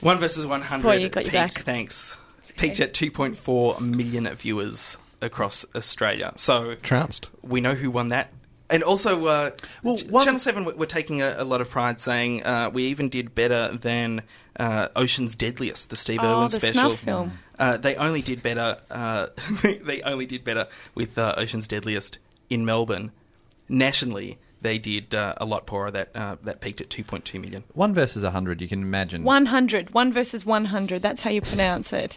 S4: one versus 100
S6: Spoiler, you got your
S4: peaked.
S6: back.
S4: Thanks. Peaked at 2.4 million viewers across Australia. So
S1: Trounced.
S4: we know who won that. And also, uh,
S3: Well,
S4: Ch-
S3: one-
S4: Channel 7 w- were taking a, a lot of pride saying uh, we even did better than uh, Ocean's Deadliest, the Steve
S6: Oh,
S4: Irwin
S6: the
S4: special.
S6: snuff film.
S4: Uh, they only did better. Uh, [laughs] they only did better with uh, Ocean's Deadliest in Melbourne. Nationally, they did uh, a lot poorer. That uh, that peaked at 2.2 million.
S3: One versus a hundred, you can imagine.
S6: 100. One versus 100. That's how you pronounce it.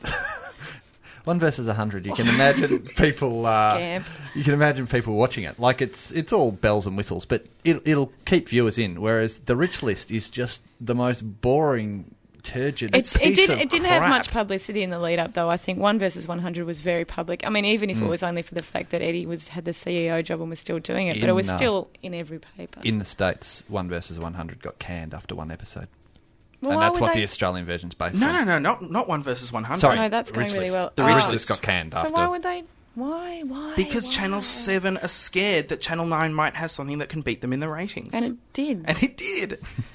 S3: One versus a hundred, you can
S6: [laughs]
S3: imagine people. Uh,
S6: Scamp.
S3: you can imagine people watching it. Like it's it's all bells and whistles, but it, it'll keep viewers in. Whereas the rich list is just the most boring, turgid.
S6: It, it,
S3: piece
S6: did,
S3: of
S6: it didn't
S3: crap.
S6: have much publicity in the lead up, though. I think one versus one hundred was very public. I mean, even if
S3: Mm.
S6: it was only for the fact that Eddie was had the CEO job and was still doing it, but it
S3: In,
S6: was
S3: uh,
S6: still in every paper.
S3: in the states. One versus one hundred got canned after one episode,
S6: Well,
S3: and
S6: why
S3: that's
S6: would
S3: what
S6: they-
S3: the Australian version's based
S4: No,
S3: on.
S4: no, no, not not one versus 100.
S3: Sorry,
S6: No, that's going
S3: Rich
S6: really
S3: List.
S6: well.
S3: The rich
S4: Oh.
S3: list got canned
S6: So
S3: after.
S6: why would they? Why? Why?
S4: Because
S6: why?
S4: Channel 7 are scared that Channel 9 might have something that can beat them in the ratings.
S6: and it did.
S4: And it
S6: [laughs]
S4: did.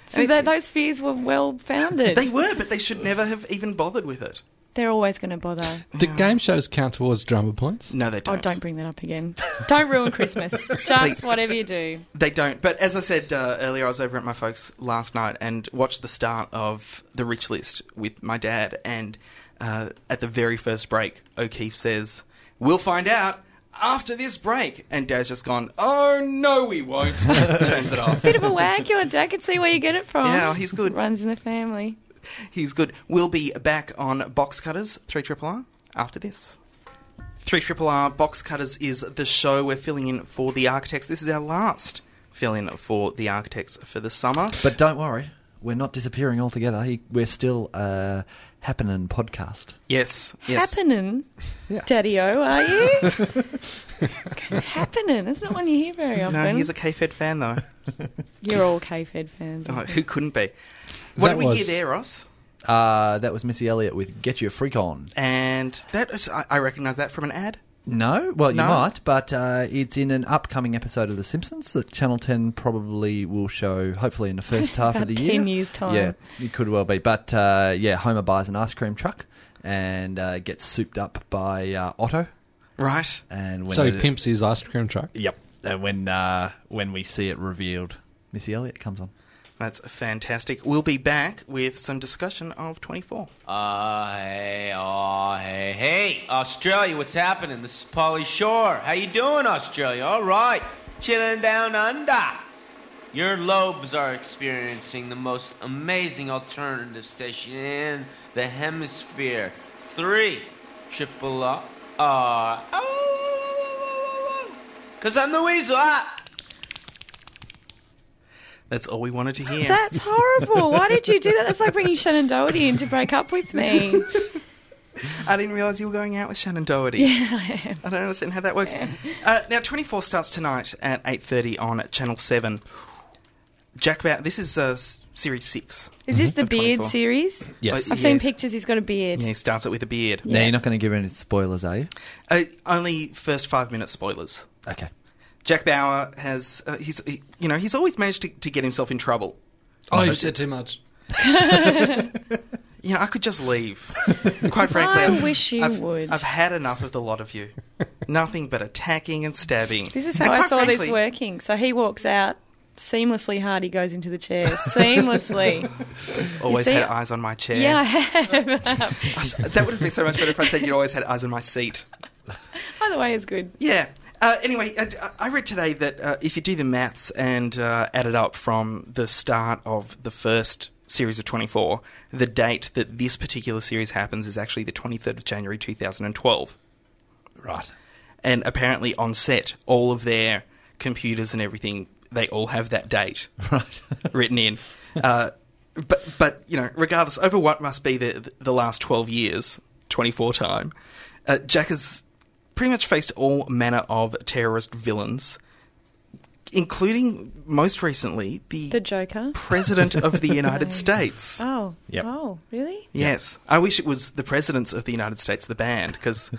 S6: so
S4: And it
S6: tho-
S4: did.
S6: those fears were well founded.
S4: They were, but they should never have even bothered with it.
S6: They're always going to bother.
S1: Do game shows count towards drama points?
S4: No, they don't.
S6: Oh, don't bring that up again. Don't
S3: [laughs]
S6: ruin Christmas. Just whatever you do.
S4: They don't. But as I said uh, earlier, I was over at my folks last night and watched the start of The Rich List with my dad. And uh, at the very first break, O'Keefe says, We'll find out after this break. And dad's just gone, Oh, no, we won't. [laughs] Turns it off.
S6: Bit of a wag, your dad can see where you get it from.
S4: Yeah, he's good.
S6: Runs in the family.
S4: He's good. We'll be back on Box Cutters, 3 Triple R, after this. 3 Triple R Box Cutters is the show we're filling in for The Architects. This is our last fill in for The Architects for the summer.
S3: But don't worry, we're not disappearing altogether. He- We're still a happening podcast.
S4: Yes, yes.
S6: Happening, Daddy O,
S3: [laughs]
S6: are you?
S1: [laughs]
S6: Happening. That's not one you hear very often.
S4: No, he's a K-Fed fan
S6: [laughs]
S4: though.
S6: You're all K-Fed fans.
S4: Oh, who couldn't be? What
S1: That
S4: did we hear
S1: was-
S4: there, Ross?
S3: Uh, that was Missy Elliott with "Get You a Freak On."
S4: And that is, I, I recognise that from an ad.
S3: No, well you
S4: No.
S3: might, but uh, it's in an upcoming episode of The Simpsons that Channel Ten probably will show, hopefully in the
S6: [laughs]
S3: first half of
S6: About
S3: the
S6: 10
S3: year.
S6: years' time.
S3: Yeah, it could well be. But uh, yeah, Homer buys an ice cream truck and uh, gets souped up by uh, Otto.
S4: Right.
S3: And when
S1: So he
S3: it-
S1: pimps his ice cream truck.
S3: Yep. And when uh, when we see it revealed, Missy Elliott comes on.
S4: That's fantastic. We'll be back with some discussion of 24.
S9: Uh, hey, oh, hey, hey, Australia, what's happening? This is Polly Shore. How you doing, Australia? All right, chilling down under. Your lobes are experiencing the most amazing alternative station in the hemisphere. Three, triple R. R. Oh, oh, oh, oh, oh. Cause I'm the weasel. Ah.
S4: That's all we wanted to hear.
S6: That's horrible. Why did you do that? That's like bringing Shannon Doherty in to break up with
S4: [laughs]
S6: me.
S4: I didn't realise you were going out with Shannon Doherty. Yeah, I am. I don't understand how that works. Uh, now, 24 starts tonight at 8.30 on Channel 7. Jack Bauer, this is uh, s- Series 6.
S6: Is this the
S4: Of
S6: beard
S4: 24.
S6: series?
S3: Yes.
S6: I've seen
S4: Yes.
S6: pictures. He's got a beard.
S4: Yeah, he starts it with a beard.
S3: Now you're not going to give any spoilers, are you?
S4: Uh, only first five-minute spoilers.
S6: [laughs]
S3: Okay. [laughs]
S4: Jack Bauer has, uh, he's, he, you know, he's always managed to, to get himself in trouble.
S1: Oh, you've said too much.
S4: You know, I could just
S6: [laughs]
S4: leave. Quite frankly,
S6: I
S4: I've-
S6: wish you
S4: I've,
S6: would.
S4: I've had enough of the lot of you. Nothing but attacking and stabbing.
S6: This is how
S4: And
S6: I
S4: quite
S6: saw
S4: frankly-
S6: this working. So he walks out. seamlessly Hardy goes into the chair.
S4: [laughs]
S6: Seamlessly.
S4: Always
S6: see-
S4: had eyes on my chair.
S6: yeah, I
S4: [laughs]
S6: have. [laughs]
S4: That would have been so much better if I'd said you always had eyes on my seat.
S6: Either way is good.
S4: Yeah. Uh, anyway, I, I read today that uh, if you do the maths and uh, add it up from the start of the first series of 24, the date that this particular series happens is actually the 23rd of January 2012.
S3: Right. [laughs]
S4: And apparently, on set, all of their computers and everything, they all have that date
S3: Right.
S4: written in. Uh, but but you know, regardless, over what must be the the last twelve years, twenty four time, uh, Jack has pretty much faced all manner of terrorist villains, including most recently the,
S6: The Joker.
S4: president of the United States.
S6: Oh.
S3: Yep.
S6: Oh, really?
S4: Yes, I wish it was the presidents of the United States, the band, because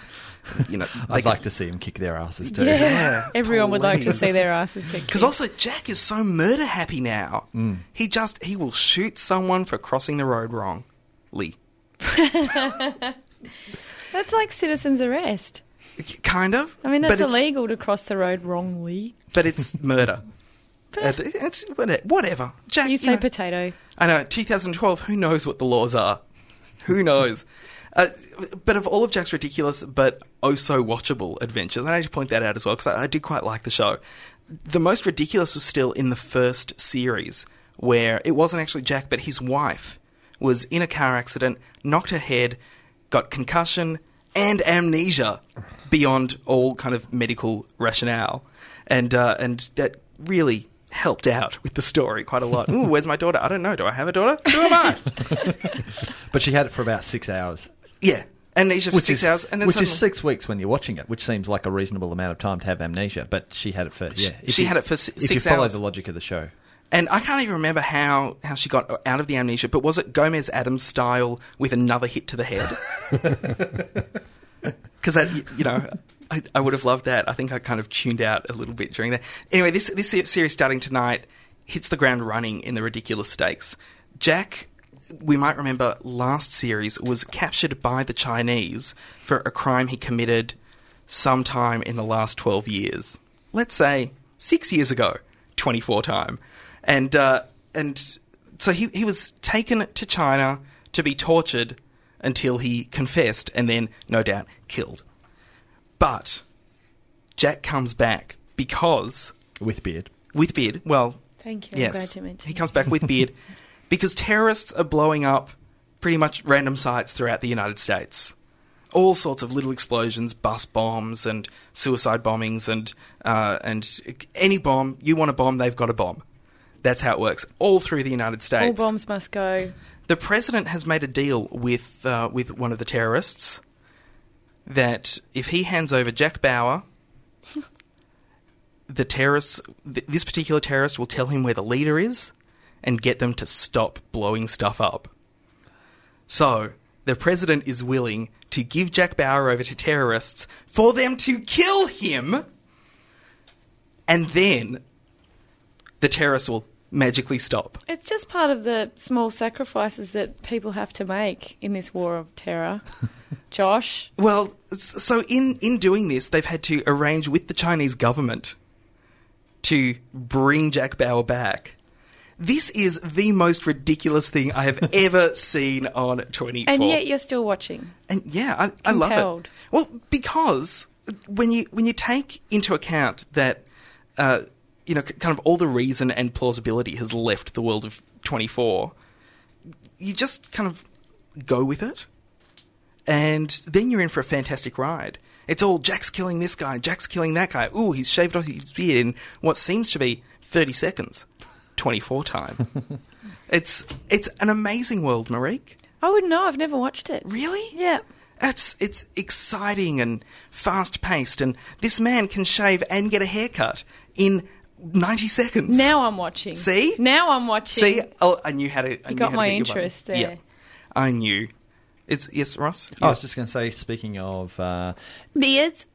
S4: you
S3: [laughs]
S4: know
S3: I'd like to see him kick their asses too.
S6: Yeah. Everyone would like to
S4: please.
S6: see their asses kicked.
S4: Because also Jack is so murder happy now.
S3: Mm.
S4: He just he will shoot someone for crossing the road wrong. Lee.
S6: That's like citizen's arrest.
S4: Kind of.
S6: I mean, that's
S4: but it's,
S6: illegal to cross the road wrongly.
S4: But
S6: [laughs]
S4: it's murder. Uh, it's whate- whatever. Jack,
S6: You
S4: you
S6: say
S4: know-
S6: potato.
S4: I know. 2012. Who knows what the laws are? [laughs] Who knows? Uh, but of all of Jack's ridiculous but oh so watchable adventures, and I need to point that out as well because I, I did quite like the show. The most ridiculous was still in the first series, where it wasn't actually Jack, but his wife was in a car accident, knocked her head, got concussion and amnesia beyond all kind of medical rationale, and uh, and that really helped out with the story quite a lot. Ooh, where's my daughter? I don't know. Do I have a daughter? Who am I?
S3: [laughs] [laughs] But she had it for about six hours.
S4: Yeah, amnesia for
S3: Which
S4: six
S3: is,
S4: hours, and then
S3: which is
S4: suddenly-
S3: six weeks when you're watching it, which seems like a reasonable amount of time to have amnesia. But she had it for yeah. if
S4: she
S3: you-
S4: had it for s-
S3: If you
S4: six
S3: follow
S4: hours.
S3: the logic of the show,
S4: And I can't even remember how, how she got out of the amnesia, but was it Gomez Adams style with another hit to the head? Because that, y- you know, I, I would have loved that. I think I kind of tuned out a little bit during that. Anyway, this, this se- series starting tonight hits the ground running in the ridiculous stakes. Jack, we might remember last series, was captured by the Chinese for a crime he committed sometime in the last 12 years. Let's say six years ago, 24 time. And, uh, and so he, he was taken to China to be tortured until he confessed and then, no doubt, killed. But Jack comes back because,
S3: with beard.
S4: with beard, well,
S6: Thank you. I'm
S4: yes,
S6: glad you mentioned
S4: he comes back with
S6: [laughs]
S4: beard because terrorists are blowing up pretty much random sites throughout the United States. All sorts of little explosions, bus bombs, and suicide bombings, and uh, and any bomb you want a bomb, they've got a bomb. That's how it works all through the United
S6: it. All
S4: States.
S6: bombs must go.
S4: The president has made a deal with uh, with one of the terrorists that if he hands over Jack Bauer, the terrorists, th- this particular terrorist, will tell him where the leader is and get them to stop blowing stuff up. So the president is willing to give Jack Bauer over to terrorists for them to kill him, and then the terrorists will magically stop.
S6: It's just part of the small sacrifices that people have to make in this war of
S4: [laughs]
S6: terror. Josh,
S4: Well, s- so in, in doing this, they've had to arrange with the Chinese government to bring Jack Bauer back. This is the most ridiculous thing I have ever seen on 24.
S6: and yet you're still watching.
S4: And yeah, I, I love
S6: Compelled.
S4: it. Well, because when you when you take into account that uh, you know c- kind of all the reason and plausibility has left the world of 24, you just kind of go with it, and then you're in for a fantastic ride. It's all Jack's killing this guy, Jack's killing that guy. Ooh, he's shaved off his beard in what seems to be 30 seconds, 24 time. it's it's an amazing world, Marique.
S6: I wouldn't know. I've never watched it.
S4: Really?
S6: Yeah.
S4: It's it's exciting and fast paced, and this man can shave and get a haircut in ninety seconds.
S6: Now I'm watching.
S4: See?
S6: Now I'm watching.
S4: see, oh, I knew how to. I knew
S6: got
S4: how to
S6: my
S4: get your button.
S6: interest there.
S4: Yeah, I knew. It's yes, Ross.
S3: I was just going to say. Speaking of, uh,
S6: Beards.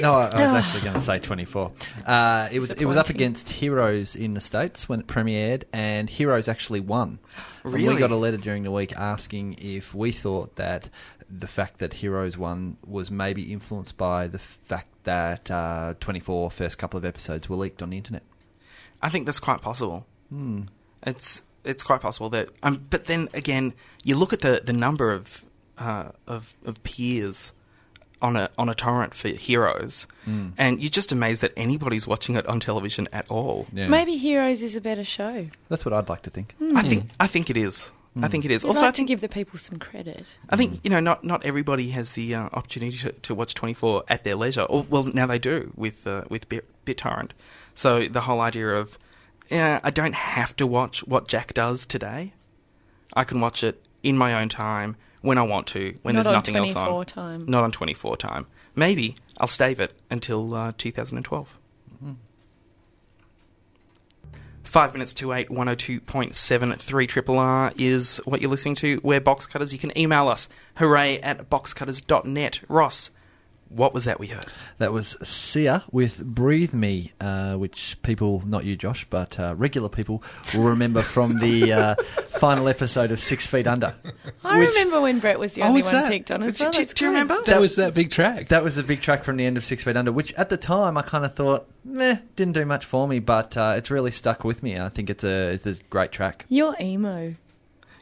S3: no, I, I was actually going to say twenty four. Uh, it was it was up
S6: Disappointing.
S3: against Heroes in the states when it premiered, and Heroes actually won. And
S4: Really?
S3: we got a letter during the week asking if we thought that the fact that Heroes won was maybe influenced by the fact that uh, twenty four first couple of episodes were leaked on the internet.
S4: I think that's quite possible. It's it's quite possible that. Um, but then again, you look at the, the number of uh, of of peers on a on a torrent for heroes, and you're just amazed that anybody's watching it on television at all.
S3: Yeah.
S6: Maybe Heroes is a better show.
S3: That's what I'd like to think.
S4: I think I think it is. I think it is.
S6: We'd
S4: also,
S6: Hmm. like
S4: I think
S6: to give the people some credit.
S4: I think you know not not everybody has the uh, opportunity to, to watch 24 at their leisure. Or, well, now they do with uh, with Bit, BitTorrent. So the whole idea of yeah, I don't have to watch what Jack does today. I can watch it in my own time when I want to when
S6: Not
S4: there's
S6: on
S4: nothing else on.
S6: 24 time.
S4: Not on 24 time. Maybe I'll stave it until uh, 2012. Five minutes to eight, 102.73 triple R is what you're listening to. We're Box Cutters. You can email us, hooray at boxcutters.net. Ross, what was that we heard?
S3: That was Sia with Breathe Me, uh, which people, not you, Josh, but uh, regular people will remember from the uh, [laughs] final episode of Six Feet Under.
S6: I
S3: Which-
S6: remember when Brett was the
S4: Oh,
S6: only one picked on as
S4: Do,
S6: well.
S4: do-
S6: That's
S4: do you
S6: great.
S4: remember?
S1: That was that big track.
S3: That was the big track from the end of Six Feet Under, which at the time I kind of thought, meh, didn't do much for me, but uh, it's really stuck with me. I think it's a, it's a great track.
S6: You're emo.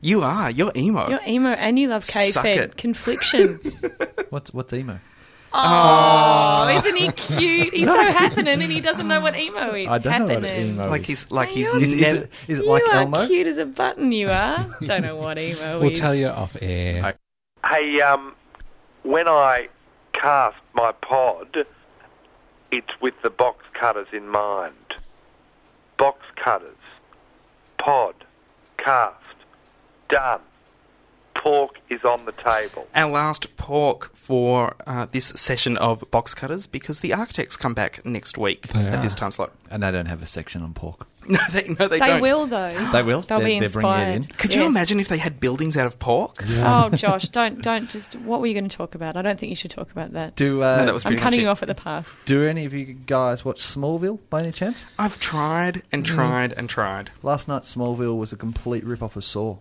S4: you are. You're
S3: Oh.
S4: emo.
S6: You're emo and you love K
S4: Suck
S6: Fed
S4: it.
S6: confliction.
S3: [laughs] What's, what's emo?
S6: oh, isn't he cute? He's so happening and he doesn't know what emo is.
S3: I don't
S6: happening.
S3: know
S4: [laughs]
S3: what emo
S4: like
S3: is.
S4: he's like
S6: Hey,
S4: he's
S6: you're-
S3: Is, is
S4: never.
S3: it, is it
S6: you
S3: like
S6: are
S3: Elmo?
S6: cute as a button,
S3: [laughs]
S6: you are. Don't know what emo
S1: [laughs] We'll
S6: is.
S1: tell you off air.
S8: Hey, um, when I cast my pod, it's with the box cutters in mind. Box cutters, pod, cast, done. Pork is on the table.
S4: our last pork for uh, this session of box cutters because the architects come back next week
S1: They
S4: at this
S1: are.
S4: time slot. [laughs]
S3: And they don't have a section on pork.
S4: No, they, no, they,
S6: They
S4: don't.
S6: will, though.
S3: [gasps] They will.
S6: They'll
S3: They're-
S6: be
S3: they're bringing it
S6: inspired.
S3: in.
S4: Could you
S6: Yes.
S4: imagine if they had buildings out of pork?
S3: [laughs]
S6: Oh, Josh, don't, don't just. What were you going to talk about? I don't think you should talk about that.
S3: Do, uh,
S4: No, that was
S6: I'm
S4: pretty
S6: cutting
S4: much
S6: you
S4: it.
S6: off at the pass.
S3: do any of you guys watch Smallville by any chance?
S4: I've tried and tried and tried.
S3: Last night, Smallville was a complete rip-off of Saw.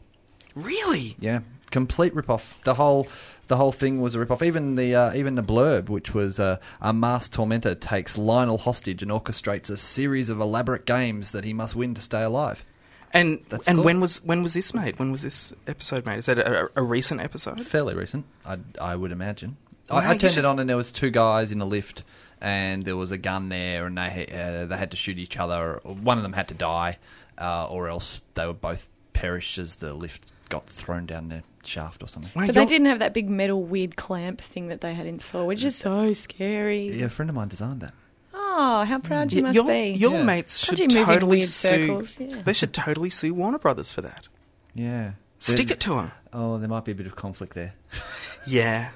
S4: Really?
S3: Yeah, complete rip-off. The whole the whole thing was a rip-off. Even the uh, even the blurb, which was uh, a masked tormentor takes Lionel hostage and orchestrates a series of elaborate games that he must win to stay alive.
S4: And
S3: That's
S4: and
S3: all.
S4: when was when was this made? When was this episode made? Is that a, a- a recent episode?
S3: Fairly recent, I, I would imagine.
S4: Well,
S3: I,
S4: I
S3: I
S4: guess it-
S3: turned it on and there was two guys in a lift, and there was a gun there, and they uh, they had to shoot each other. One of them had to die, uh, or else they would both perish as the lift got thrown down the shaft or something.
S4: Wow,
S6: But they
S4: you're-
S6: didn't have that big metal weird clamp thing that they had in Saw, which is so scary.
S3: Yeah, a friend of mine designed that.
S6: Oh, how proud you
S4: y-
S6: must
S4: your,
S6: be.
S4: your
S3: Yeah.
S4: mates should
S6: Can't you move in
S4: totally
S6: weird
S4: sue.
S6: circles? Yeah.
S4: They should totally sue Warner Brothers for that.
S3: Yeah.
S4: Stick
S3: There-
S4: it to them.
S3: Oh, there might be a bit of conflict there. [laughs]
S4: Yeah,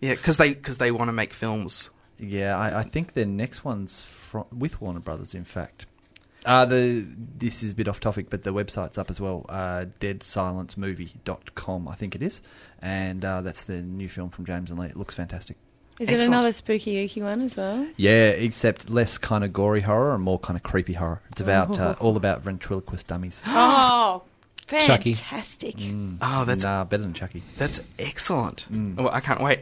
S4: yeah, because they because they want to make films.
S3: Yeah, I, I think their next one's fro- with Warner Brothers. In fact, uh, the this is a bit off topic, but the website's up as well. Uh, DeadSilenceMovie.com, I think it is, and uh, that's the new film from James and Lee. It looks fantastic.
S6: Is it
S4: Excellent.
S6: another spooky ooky one as well?
S3: Yeah, except less kind of gory horror and more kind of creepy horror. It's about
S1: [laughs]
S3: uh, all about ventriloquist dummies.
S6: [gasps] Oh,
S1: Chucky.
S6: fantastic.
S4: Oh, that's
S3: nah, uh, better than Chucky.
S4: That's excellent. Oh, I can't wait.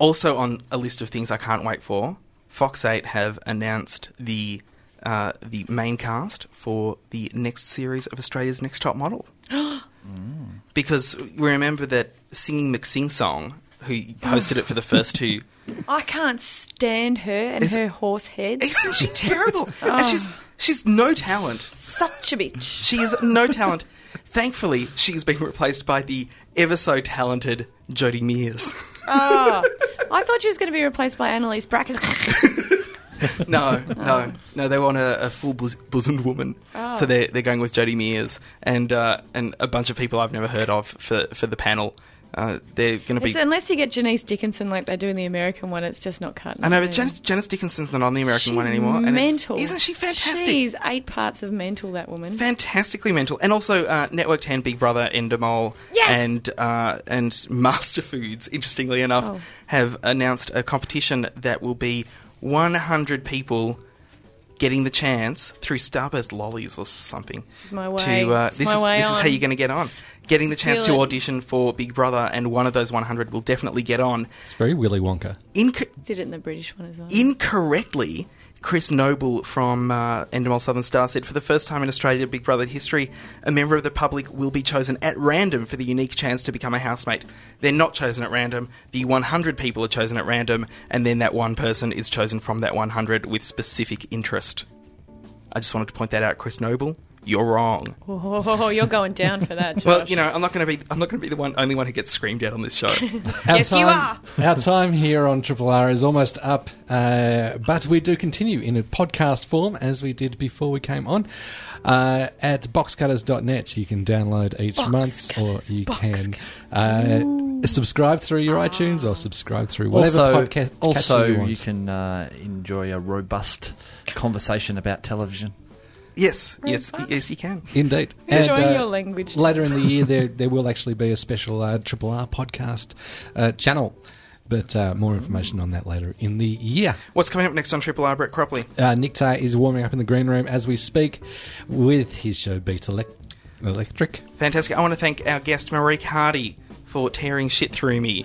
S4: Also on a list of things I can't wait for, Fox Eight have announced the uh, the main cast for the next series of Australia's Next Top Model. Mm. Because we remember that singing McSing Song, who hosted it for the first two,
S6: I can't stand her and
S4: Is-
S6: her horse head.
S4: isn't she terrible? And she's she's no talent.
S6: Such a bitch.
S4: She is no talent. Thankfully, she's been replaced by the ever so talented Jodie Mears.
S6: Oh, I thought she was going to be replaced by Annalise Brackett.
S4: [laughs] No,
S6: Oh.
S4: no, no. They want a, a full bos- bosomed woman, so they're they're going with Jodie Mears and uh, and a bunch of people I've never heard of for for the panel. Uh, they're going to be.
S6: [laughs] It's- unless you get Janice Dickinson like they do in the American one, it's just not cutting.
S4: I know, but
S6: it for me.
S4: Janice, Janice Dickinson's not on the American
S6: She's
S4: one anymore. and it's-
S6: mental.
S4: isn't she fantastic?
S6: She's eight parts of mental. That woman.
S4: Fantastically mental, and also uh, Network Ten, Big Brother, Endemol,
S6: Yes!
S4: and uh, and Master Foods. Interestingly enough,
S6: Oh.
S4: have announced a competition that will be 100 people getting the chance through Starburst lollies or something.
S6: This is my way.
S4: to uh,
S6: It's
S4: this,
S6: my
S4: is,
S6: way
S4: this is how
S6: on.
S4: you're going to get on. Getting the chance
S6: Feel
S4: to
S6: it.
S4: audition for Big Brother, and one of those 100 will definitely get on.
S1: It's very Willy Wonka.
S4: Inco-
S6: Did it in the British one as well.
S4: incorrectly Chris Noble from uh, Endemol Southern Star said, For the first time in Australia Big Brother history, a member of the public will be chosen at random for the unique chance to become a housemate. They're not chosen at random. The 100 people are chosen at random, and then that one person is chosen from that 100 with specific interest. I just wanted to point that out, Chris Noble. You're wrong.
S6: Oh, you're going down for that. Josh.
S4: Well, you know, I'm not going to be. I'm not going to be the one, only one who gets screamed at on this show.
S6: Yes, you are.
S1: Our time here on Triple R is almost up, uh, but we do continue in a podcast form as we did before we came on. Uh, at boxcutters.net, you can download each
S6: Box
S1: month,
S6: cutters,
S1: or you
S6: box
S1: can uh, subscribe through your iTunes or subscribe through whatever
S3: Also,
S1: podcast
S3: also
S1: you,
S3: you,
S1: want.
S3: can uh, enjoy a robust conversation about television.
S4: yes, yes, yes, you can.
S1: Indeed.
S6: Enjoy
S1: And, uh,
S6: your language.
S1: Later in the year, there there will actually be a special uh, Triple R podcast uh, channel, but uh, more information on that later in the year.
S4: What's coming up next on Triple R, Brett Cropley?
S1: Uh, Nick Tay is warming up in the green room as we speak with his show Beat Elec- Electric.
S4: Fantastic. I want to thank our guest, Marique Hardy, for tearing shit through me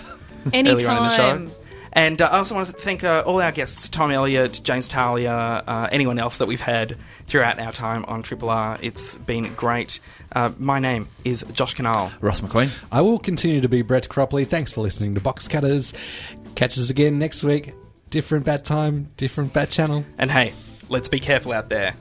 S4: earlier on in the
S6: Anytime.
S4: show. And uh, I also want to thank uh, all our guests, Tom Elliott, James Talia, uh, anyone else that we've had throughout our time on Triple R. It's been great. Uh, my name is Josh Canal.
S3: Ross McQueen.
S1: I will continue to be Brett Cropley. Thanks for listening to Box Cutters. Catch us again next week. Different bat time, different bat channel.
S4: And hey, let's be careful out there.